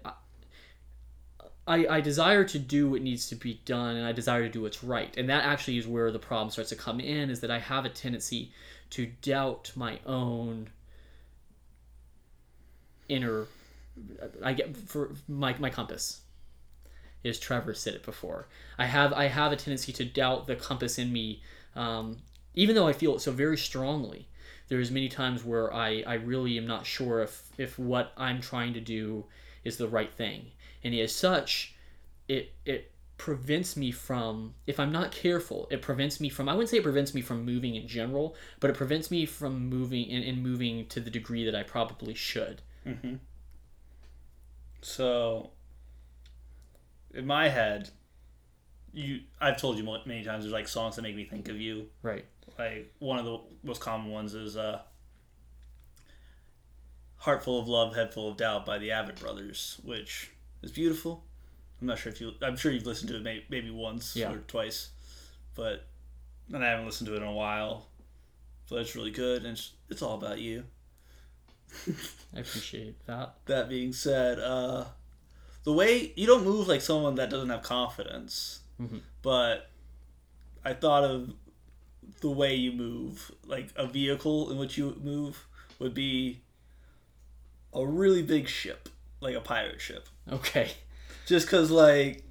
[SPEAKER 1] I, I desire to do what needs to be done and I desire to do what's right. And that actually is where the problem starts to come in is that I have a tendency to doubt my own inner I get for my, my compass is Trevor said it before. I have I have a tendency to doubt the compass in me, um, even though I feel it so very strongly. There's many times where I, I really am not sure if, if what I'm trying to do is the right thing. And as such, it it prevents me from if I'm not careful, it prevents me from I wouldn't say it prevents me from moving in general, but it prevents me from moving and, and moving to the degree that I probably should.
[SPEAKER 2] mm-hmm. So, in my head, you I've told you mo- many times. There's like songs that make me think of you.
[SPEAKER 1] Right.
[SPEAKER 2] Like one of the most common ones is uh, "Heart Full of Love, Head Full of Doubt" by the Avid Brothers, which is beautiful. I'm not sure if you. I'm sure you've listened to it may, maybe once
[SPEAKER 1] Yeah.
[SPEAKER 2] or twice, but and I haven't listened to it in a while. But it's really good, and it's, it's all about you.
[SPEAKER 1] I appreciate that.
[SPEAKER 2] That being said, uh, the way you don't move like someone that doesn't have confidence,
[SPEAKER 1] Mhm.
[SPEAKER 2] but I thought of the way you move, like a vehicle in which you move would be a really big ship, like a pirate ship,
[SPEAKER 1] Okay.
[SPEAKER 2] just because like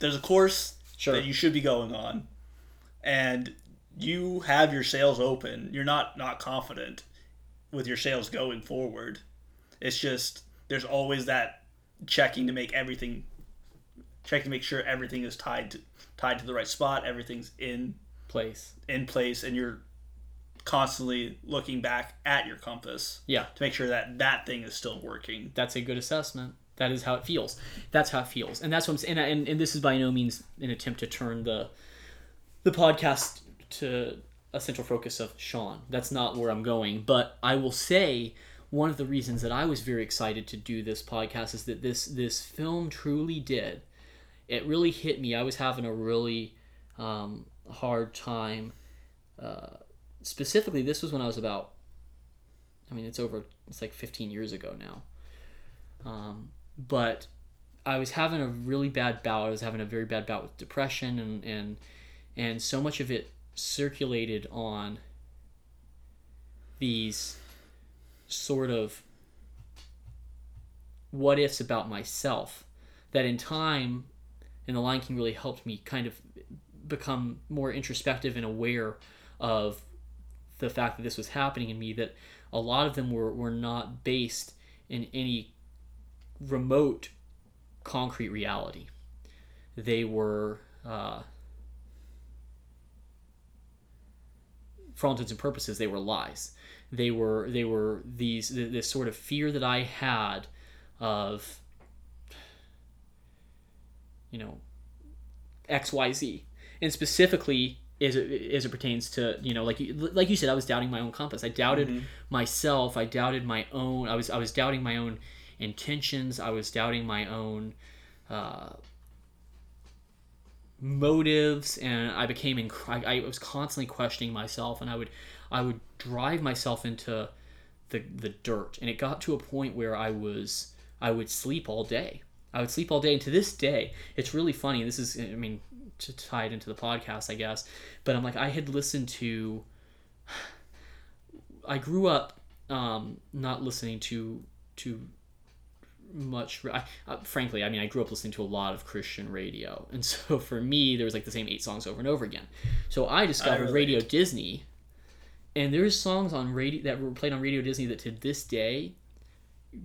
[SPEAKER 2] there's a course
[SPEAKER 1] Sure.
[SPEAKER 2] that you should be going on, and you have your sails open. You're not not confident with your sails going forward. It's just there's always that checking to make everything, checking to make sure everything is tied to tied to the right spot. Everything's in
[SPEAKER 1] Place.
[SPEAKER 2] in place, and you're constantly looking back at your compass
[SPEAKER 1] Yeah.
[SPEAKER 2] to make sure that that thing is still working.
[SPEAKER 1] that's a good assessment. That is how it feels. That's how it feels, and that's what I'm saying. And, I- and, and this is by no means an attempt to turn the the podcast to a central focus of Sean. That's not where I'm going. But I will say one of the reasons that I was very excited to do this podcast is that this this film truly did. It really hit me. I was having a really um, hard time. Uh, specifically, this was when I was about. I mean, it's over. It's like 15 years ago now but I was having a really bad bout. I was having a very bad bout with depression, and and and so much of it circulated on these sort of what ifs about myself that in time and the Lion King really helped me kind of become more introspective and aware of the fact that this was happening in me that a lot of them were, were not based in any remote concrete reality. They were, uh, for all intents and purposes, they were lies. They were they were these th- this sort of fear that I had of you know X Y Z, and specifically as it, as it pertains to you know like you, like you said, I was doubting my own compass. I doubted myself. I doubted my own. I was I was doubting my own intentions. I was doubting my own uh, motives, and I became inc- I, I was constantly questioning myself, and I would I would drive myself into the the dirt, and it got to a point where I was I would sleep all day. I would sleep all day, and to this day, it's really funny. This is I mean to tie it into the podcast, I guess, but I'm like I had listened to. I grew up um, not listening to to much. I, uh, frankly, I mean, I grew up listening to a lot of Christian radio, and so for me, there was like the same eight songs over and over again. So I discovered
[SPEAKER 2] relate.
[SPEAKER 1] Radio Disney, and there's songs on radio that were played on Radio Disney that to this day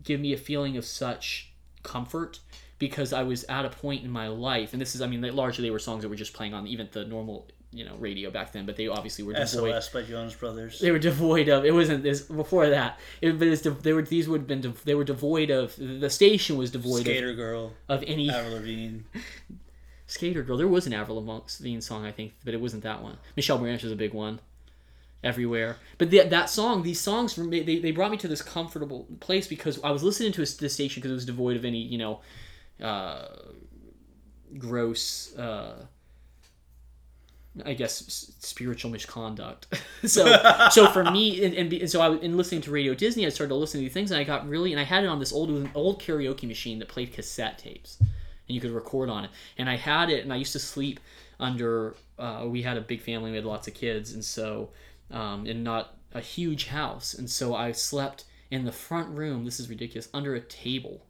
[SPEAKER 1] give me a feeling of such comfort because I was at a point in my life, and this is, I mean, they, largely they were songs that were just playing on even the normal, you know, radio back then, but they obviously were devoid
[SPEAKER 2] SOS by Jonas Brothers.
[SPEAKER 1] they were devoid of it wasn't this before that it, but it's de- they were these would have been de- they were devoid of the station was devoid
[SPEAKER 2] Skater Girl,
[SPEAKER 1] of, of any
[SPEAKER 2] Avril Lavigne.
[SPEAKER 1] skater girl there was an avril lavigne song i think but it wasn't that one michelle branch was a big one everywhere but the, that song these songs were ma- they, they brought me to this comfortable place because i was listening to a, s- this station because it was devoid of any you know uh, gross uh, I guess s- spiritual misconduct. so, so for me, and, and, be- and so I was in listening to Radio Disney, I started listening to these things, and I got really, and I had it on this old it was an old karaoke machine that played cassette tapes, and you could record on it. And I had it, and I used to sleep under. Uh, we had a big family, we had lots of kids, and so, um, and not a huge house, and so I slept in the front room. This is ridiculous. Under a table,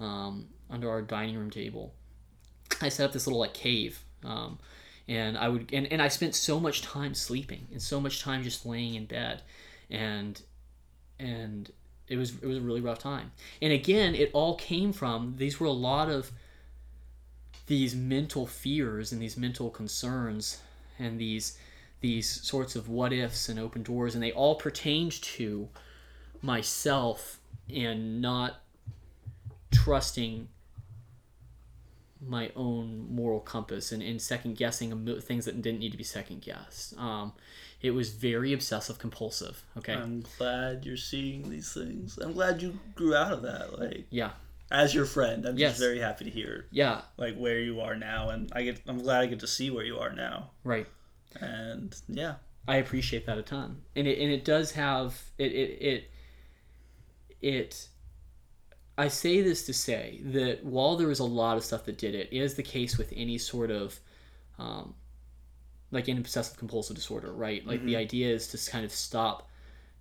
[SPEAKER 1] um, under our dining room table, I set up this little like cave, um, and I would and, and I spent so much time sleeping and so much time just laying in bed, and and it was it was a really rough time. And again, it all came from these were a lot of these mental fears and these mental concerns and these these sorts of what ifs and open doors, and they all pertained to myself and not trusting my own moral compass and, and second guessing emo- things that didn't need to be second guessed. Um, it was very obsessive compulsive. Okay.
[SPEAKER 2] I'm glad you're seeing these things. I'm glad you grew out of that. Like
[SPEAKER 1] yeah.
[SPEAKER 2] as your friend, I'm
[SPEAKER 1] Yes.
[SPEAKER 2] just very happy to hear
[SPEAKER 1] Yeah.
[SPEAKER 2] like where you are now, and I get. I'm glad I get to see where you are now.
[SPEAKER 1] Right.
[SPEAKER 2] And yeah,
[SPEAKER 1] I appreciate that a ton, and it and it does have it it it. it I say this to say that while there is a lot of stuff that did it, it is the case with any sort of, um, like an obsessive compulsive disorder, right? Like the idea is to s- kind of stop.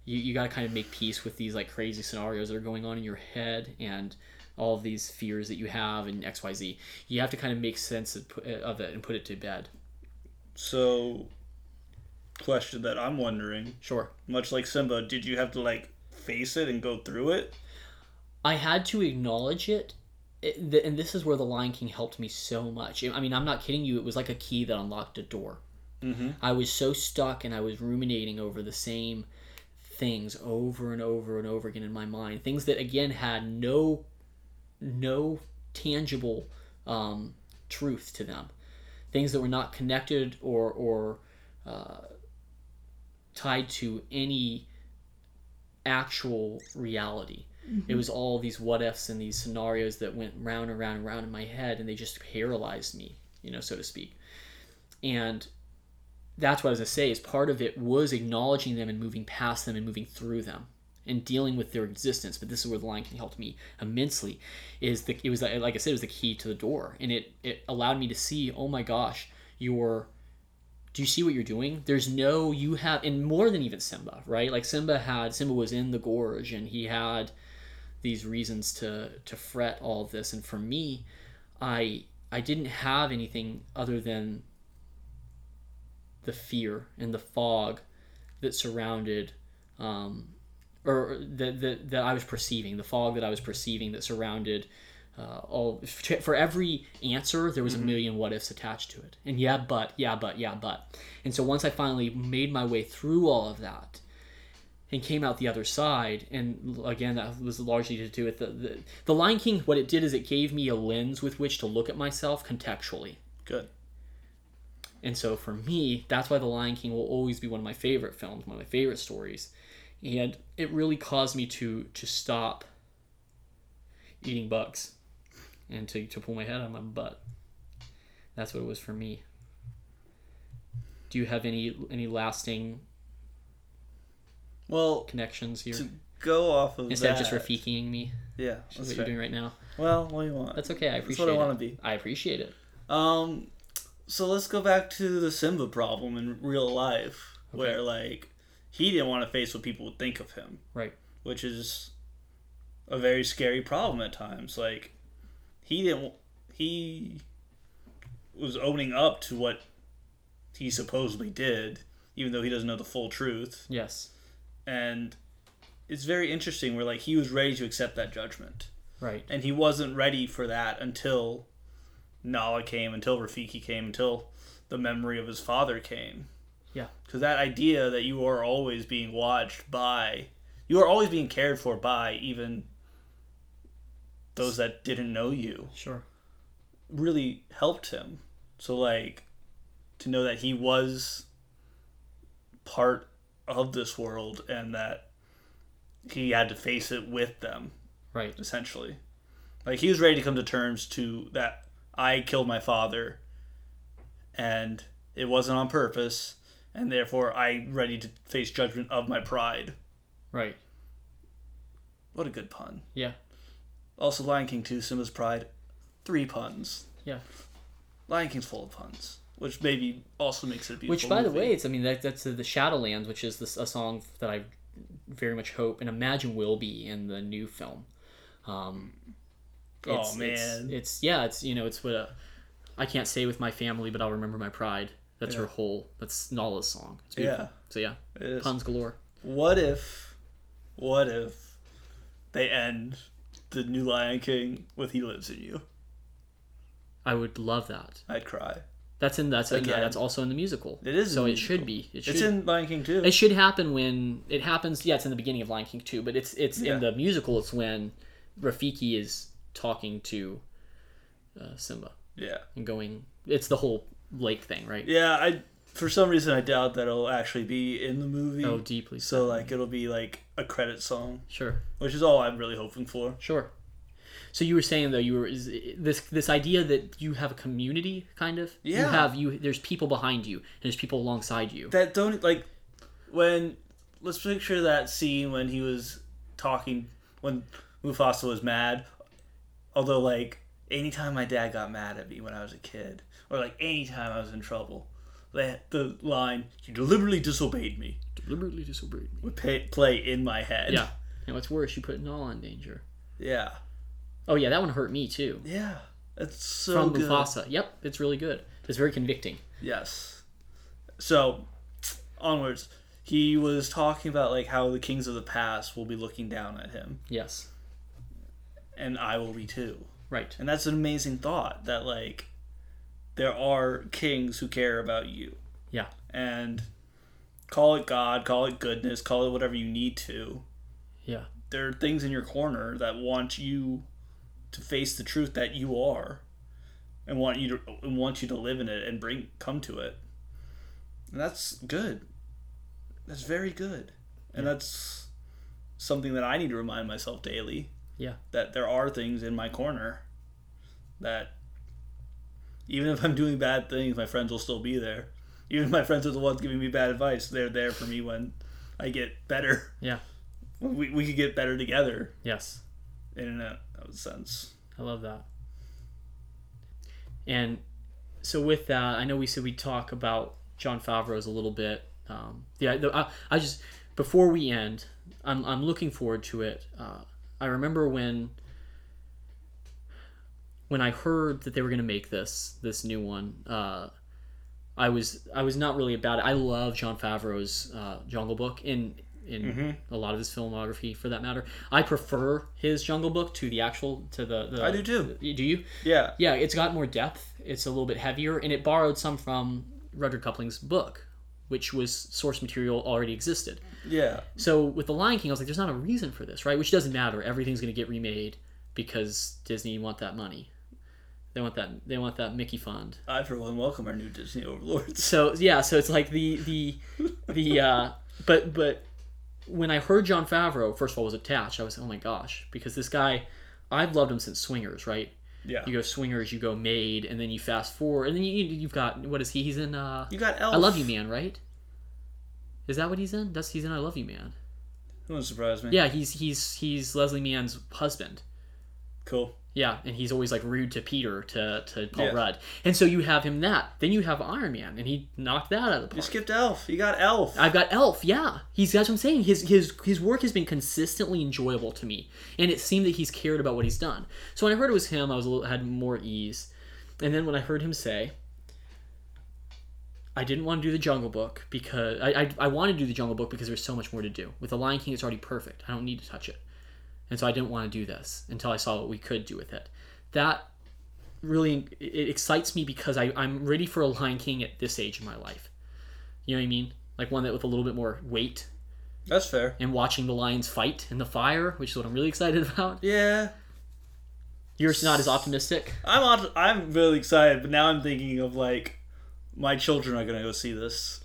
[SPEAKER 1] You you got to kind of make peace with these like crazy scenarios that are going on in your head and all of these fears that you have and X Y Z. You have to kind of make sense of, pu- of it and put it to bed.
[SPEAKER 2] so question that I'm wondering,
[SPEAKER 1] Sure.
[SPEAKER 2] much like Simba, did you have to like face it and go through it?
[SPEAKER 1] I had to acknowledge it. It- th- and this is where the Lion King helped me so much. I mean, I'm not kidding you. It was like a key that unlocked a door.
[SPEAKER 2] Mhm.
[SPEAKER 1] I was so stuck and I was ruminating over the same things over and over and over again in my mind. Things that again had no, no tangible um, truth to them. Things that were not connected or or uh, tied to any actual reality. It was all these what ifs and these scenarios that went round and round and round in my head, and they just paralyzed me, you know, so to speak. And that's what I was gonna say is part of it was acknowledging them and moving past them and moving through them and dealing with their existence. But this is where the Lion King helped me immensely. Is the it was like I said, it was the key to the door, and it it allowed me to see. Oh my gosh, your do you see what you're doing? There's no you have and more than even Simba, right? Like Simba had Simba was in the gorge and he had these reasons to to fret all of this and for me I I didn't have anything other than the fear and the fog that surrounded um, or that, that that I was perceiving the fog that I was perceiving that surrounded uh, all for every answer there was a million what ifs attached to it and yeah but yeah but yeah but and so once I finally made my way through all of that and came out the other side. And l- again, that was largely to do with the, the the Lion King. What it did is it gave me a lens with which to look at myself contextually.
[SPEAKER 2] Good.
[SPEAKER 1] And so for me, that's why The Lion King will always be one of my favorite films, one of my favorite stories. And it really caused me to to stop eating bugs and to, to pull my head out of my butt. That's what it was for me. Do you have any any lasting
[SPEAKER 2] Well,
[SPEAKER 1] connections here?
[SPEAKER 2] to go off of
[SPEAKER 1] Instead of
[SPEAKER 2] that,
[SPEAKER 1] just Rafikiing me?
[SPEAKER 2] Yeah,
[SPEAKER 1] That's
[SPEAKER 2] that's
[SPEAKER 1] what you're
[SPEAKER 2] fair.
[SPEAKER 1] doing right now.
[SPEAKER 2] Well, what do you want?
[SPEAKER 1] That's okay. I
[SPEAKER 2] That's
[SPEAKER 1] appreciate
[SPEAKER 2] what I
[SPEAKER 1] it.
[SPEAKER 2] want to be.
[SPEAKER 1] I appreciate it.
[SPEAKER 2] Um, so let's go back to the Simba problem in real life, where like he didn't want to face what people would think of him,
[SPEAKER 1] Right.
[SPEAKER 2] which is a very scary problem at times. Like he didn't he was owning up to what he supposedly did, even though he doesn't know the full truth.
[SPEAKER 1] Yes.
[SPEAKER 2] And it's very interesting where like he was ready to accept that judgment.
[SPEAKER 1] Right.
[SPEAKER 2] and he wasn't ready for that until Nala came, until Rafiki came, until the memory of his father came.
[SPEAKER 1] Yeah.
[SPEAKER 2] Because that idea that you are always being watched by, you are always being cared for by even those that didn't know you,
[SPEAKER 1] Sure.
[SPEAKER 2] really helped him. So, like, to know that he was part of this world and that he had to face it with them
[SPEAKER 1] Right.
[SPEAKER 2] essentially. Like he was ready to come to terms to that I killed my father and it wasn't on purpose and therefore I ready to face judgment of my pride.
[SPEAKER 1] Right.
[SPEAKER 2] What a good pun.
[SPEAKER 1] Yeah.
[SPEAKER 2] Also Lion King 2 Simba's Pride three puns.
[SPEAKER 1] Yeah.
[SPEAKER 2] Lion King's full of puns, which maybe also makes it a beautiful
[SPEAKER 1] Which, by the
[SPEAKER 2] movie.
[SPEAKER 1] way, it's I mean that that's the Shadowlands, which is this, a song that I very much hope and imagine will be in the new film. Um,
[SPEAKER 2] Oh,
[SPEAKER 1] it's- it's,
[SPEAKER 2] man.
[SPEAKER 1] it's yeah, it's you know, it's what uh, I can't stay with my family, but I'll remember my pride. That's her whole. That's Nala's song. It's beautiful.
[SPEAKER 2] Yeah.
[SPEAKER 1] So yeah,
[SPEAKER 2] It is.
[SPEAKER 1] puns galore.
[SPEAKER 2] What if, what if they end the new Lion King with He Lives in You?
[SPEAKER 1] I would love that.
[SPEAKER 2] I'd cry.
[SPEAKER 1] That's in that's again,
[SPEAKER 2] Again.
[SPEAKER 1] that's also in the musical.
[SPEAKER 2] It is in
[SPEAKER 1] So
[SPEAKER 2] the
[SPEAKER 1] it should
[SPEAKER 2] musical.
[SPEAKER 1] be. It should.
[SPEAKER 2] It's in Lion King too.
[SPEAKER 1] it should happen when it happens. Yeah, it's in the beginning of Lion King too, but it's it's
[SPEAKER 2] Yeah.
[SPEAKER 1] in the musical. It's when Rafiki is talking to uh, Simba
[SPEAKER 2] Yeah.
[SPEAKER 1] and going. It's the whole lake thing, right?
[SPEAKER 2] Yeah, I for some reason I doubt that it'll actually be in the movie.
[SPEAKER 1] Oh, deeply.
[SPEAKER 2] so like it'll be like a credit song,
[SPEAKER 1] Sure,
[SPEAKER 2] which is all I'm really hoping for.
[SPEAKER 1] sure. So you were saying though you were is, this this idea that you have a community kind of you
[SPEAKER 2] Yeah.
[SPEAKER 1] have you there's people behind you and there's people alongside you
[SPEAKER 2] That don't like when let's picture that scene when he was talking when Mufasa was mad. Although like anytime my dad got mad at me when I was a kid, or like anytime I was in trouble, the the line "You deliberately disobeyed me"
[SPEAKER 1] deliberately disobeyed me.
[SPEAKER 2] would pay, play in my head.
[SPEAKER 1] Yeah, and what's worse, you put Nala in danger.
[SPEAKER 2] yeah,
[SPEAKER 1] Oh yeah, that one hurt me too.
[SPEAKER 2] yeah. It's so
[SPEAKER 1] From
[SPEAKER 2] good.
[SPEAKER 1] Mufasa. Yep, it's really good. It's very convicting.
[SPEAKER 2] Yes. So, onwards. He was talking about like how the kings of the past will be looking down at him,
[SPEAKER 1] Yes.
[SPEAKER 2] and I will be too.
[SPEAKER 1] Right.
[SPEAKER 2] And that's an amazing thought that like there are kings who care about you,
[SPEAKER 1] Yeah.
[SPEAKER 2] and call it God, call it goodness, call it whatever you need to.
[SPEAKER 1] Yeah.
[SPEAKER 2] There are things in your corner that want you to face the truth that you are, and want you to and want you to live in it and bring come to it. And that's good. That's very good. And that's something that I need to remind myself daily
[SPEAKER 1] Yeah.
[SPEAKER 2] that there are things in my corner that even if I'm doing bad things, my friends will still be there. Even if my friends are the ones giving me bad advice, they're there for me when I get better.
[SPEAKER 1] Yeah.
[SPEAKER 2] When We, we could get better together
[SPEAKER 1] Yes.
[SPEAKER 2] in a a sense.
[SPEAKER 1] I love that. And so with that, I know we said we talk about John Favreau's a little bit. Um, yeah, the- I, I just before we end, I'm I'm looking forward to it. Uh, I remember when when I heard that they were going to make this this new one. Uh, I was I was not really about it. I love John Favreau's uh, Jungle Book in in
[SPEAKER 2] Mm-hmm.
[SPEAKER 1] a lot of his filmography, for that matter. I prefer his Jungle Book to the actual to the. the
[SPEAKER 2] I do too.
[SPEAKER 1] do you?
[SPEAKER 2] Yeah.
[SPEAKER 1] Yeah, it's got more depth. It's a little bit heavier, and it borrowed some from Rudyard Kipling's book, which was source material already existed.
[SPEAKER 2] Yeah.
[SPEAKER 1] So with The Lion King, I was like, there's not a reason for this, right? Which doesn't matter. Everything's going to get remade because Disney want that money. They want that. They want that Mickey fund.
[SPEAKER 2] I for one welcome our new Disney overlords.
[SPEAKER 1] So yeah, so it's like the the the uh, but but when I heard John Favreau, first of all, was attached. I was oh my gosh, because this guy, I've loved him since Swingers, right?
[SPEAKER 2] Yeah.
[SPEAKER 1] you go swingers you go maid and then you fast forward and then you, you- you've got what is he he's in uh
[SPEAKER 2] You got Elf.
[SPEAKER 1] i love you man right is that what he's in that's he's in i love you man
[SPEAKER 2] That wouldn't surprise me.
[SPEAKER 1] yeah he's he's he's leslie mann's husband
[SPEAKER 2] Cool.
[SPEAKER 1] Yeah, and he's always like rude to Peter to, to Paul
[SPEAKER 2] Yeah.
[SPEAKER 1] Rudd, and so you have him that. Then you have Iron Man, and he knocked that out of the park.
[SPEAKER 2] You skipped Elf. You got Elf.
[SPEAKER 1] I've got Elf. Yeah, he's that's what I'm saying. His his his work has been consistently enjoyable to me, and it seemed that he's cared about what he's done. So when I heard it was him, I was a little had more ease, and then when I heard him say, "I didn't want to do the Jungle Book because I I, I want to do the Jungle Book because there's so much more to do. With the Lion King, it's already perfect. I don't need to touch it, and so I didn't want to do this until I saw what we could do with it. That really it excites me because I, I'm ready for a Lion King at this age in my life. You know what I mean? Like one that with a little bit more weight
[SPEAKER 2] That's fair.
[SPEAKER 1] and watching the lions fight in the fire, which is what I'm really excited about.
[SPEAKER 2] Yeah,
[SPEAKER 1] You're not as optimistic.
[SPEAKER 2] I'm on, I'm really excited, but now I'm thinking of like my children are gonna go see this.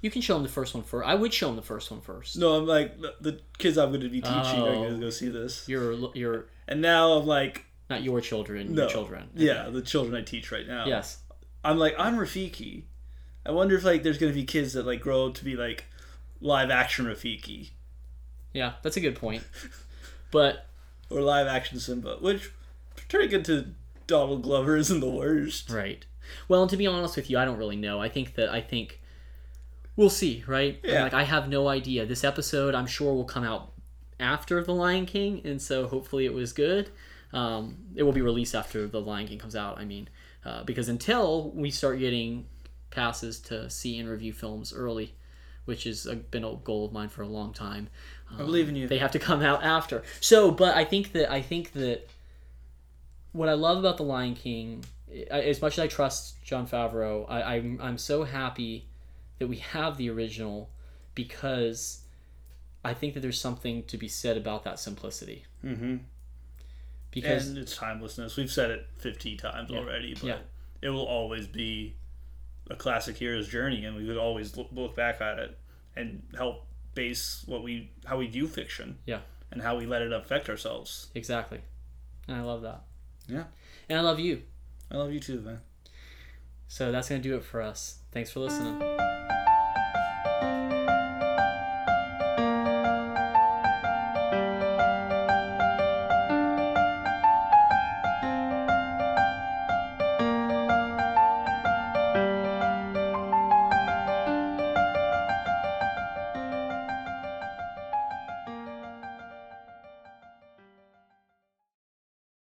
[SPEAKER 1] You can show them the first one first. I would show them the first one first.
[SPEAKER 2] No, I'm like the, the kids I'm gonna be teaching are
[SPEAKER 1] Oh.
[SPEAKER 2] gonna go see this,
[SPEAKER 1] Your your
[SPEAKER 2] and now I'm like
[SPEAKER 1] not your children,
[SPEAKER 2] no
[SPEAKER 1] your children.
[SPEAKER 2] Yeah, the children I teach right now.
[SPEAKER 1] Yes.
[SPEAKER 2] I'm like I'm Rafiki. I wonder if like there's gonna be kids that like grow up to be like live action Rafiki
[SPEAKER 1] Yeah, that's a good point. But
[SPEAKER 2] or live action Simba, which turning into Donald Glover isn't the worst.
[SPEAKER 1] Right. Well, and to be honest with you, I don't really know. I think that I think we'll see, right? I'm
[SPEAKER 2] Yeah.
[SPEAKER 1] Like I have no idea. This episode, I'm sure, will come out after The Lion King, and so hopefully it was good. Um, it will be released after The Lion King comes out. I mean, uh, because until we start getting passes to see and review films early, which has uh, been a goal of mine for a long time, um,
[SPEAKER 2] I believe in you.
[SPEAKER 1] they have to come out after. So, but I think that I think that what I love about the Lion King, I, as much as I trust John Favreau, I, I'm I'm so happy that we have the original because I think that there's something to be said about that simplicity.
[SPEAKER 2] mm-hmm.
[SPEAKER 1] Because
[SPEAKER 2] and it's timelessness. We've said it 15 times already, but
[SPEAKER 1] Yeah.
[SPEAKER 2] it will always be a classic hero's journey, and we would always look, look back at it and help base what we how we view fiction
[SPEAKER 1] yeah,
[SPEAKER 2] and how we let it affect ourselves.
[SPEAKER 1] exactly, and I love that.
[SPEAKER 2] Yeah.
[SPEAKER 1] and I love you.
[SPEAKER 2] I love you too, man.
[SPEAKER 1] So that's gonna do it for us. Thanks for listening.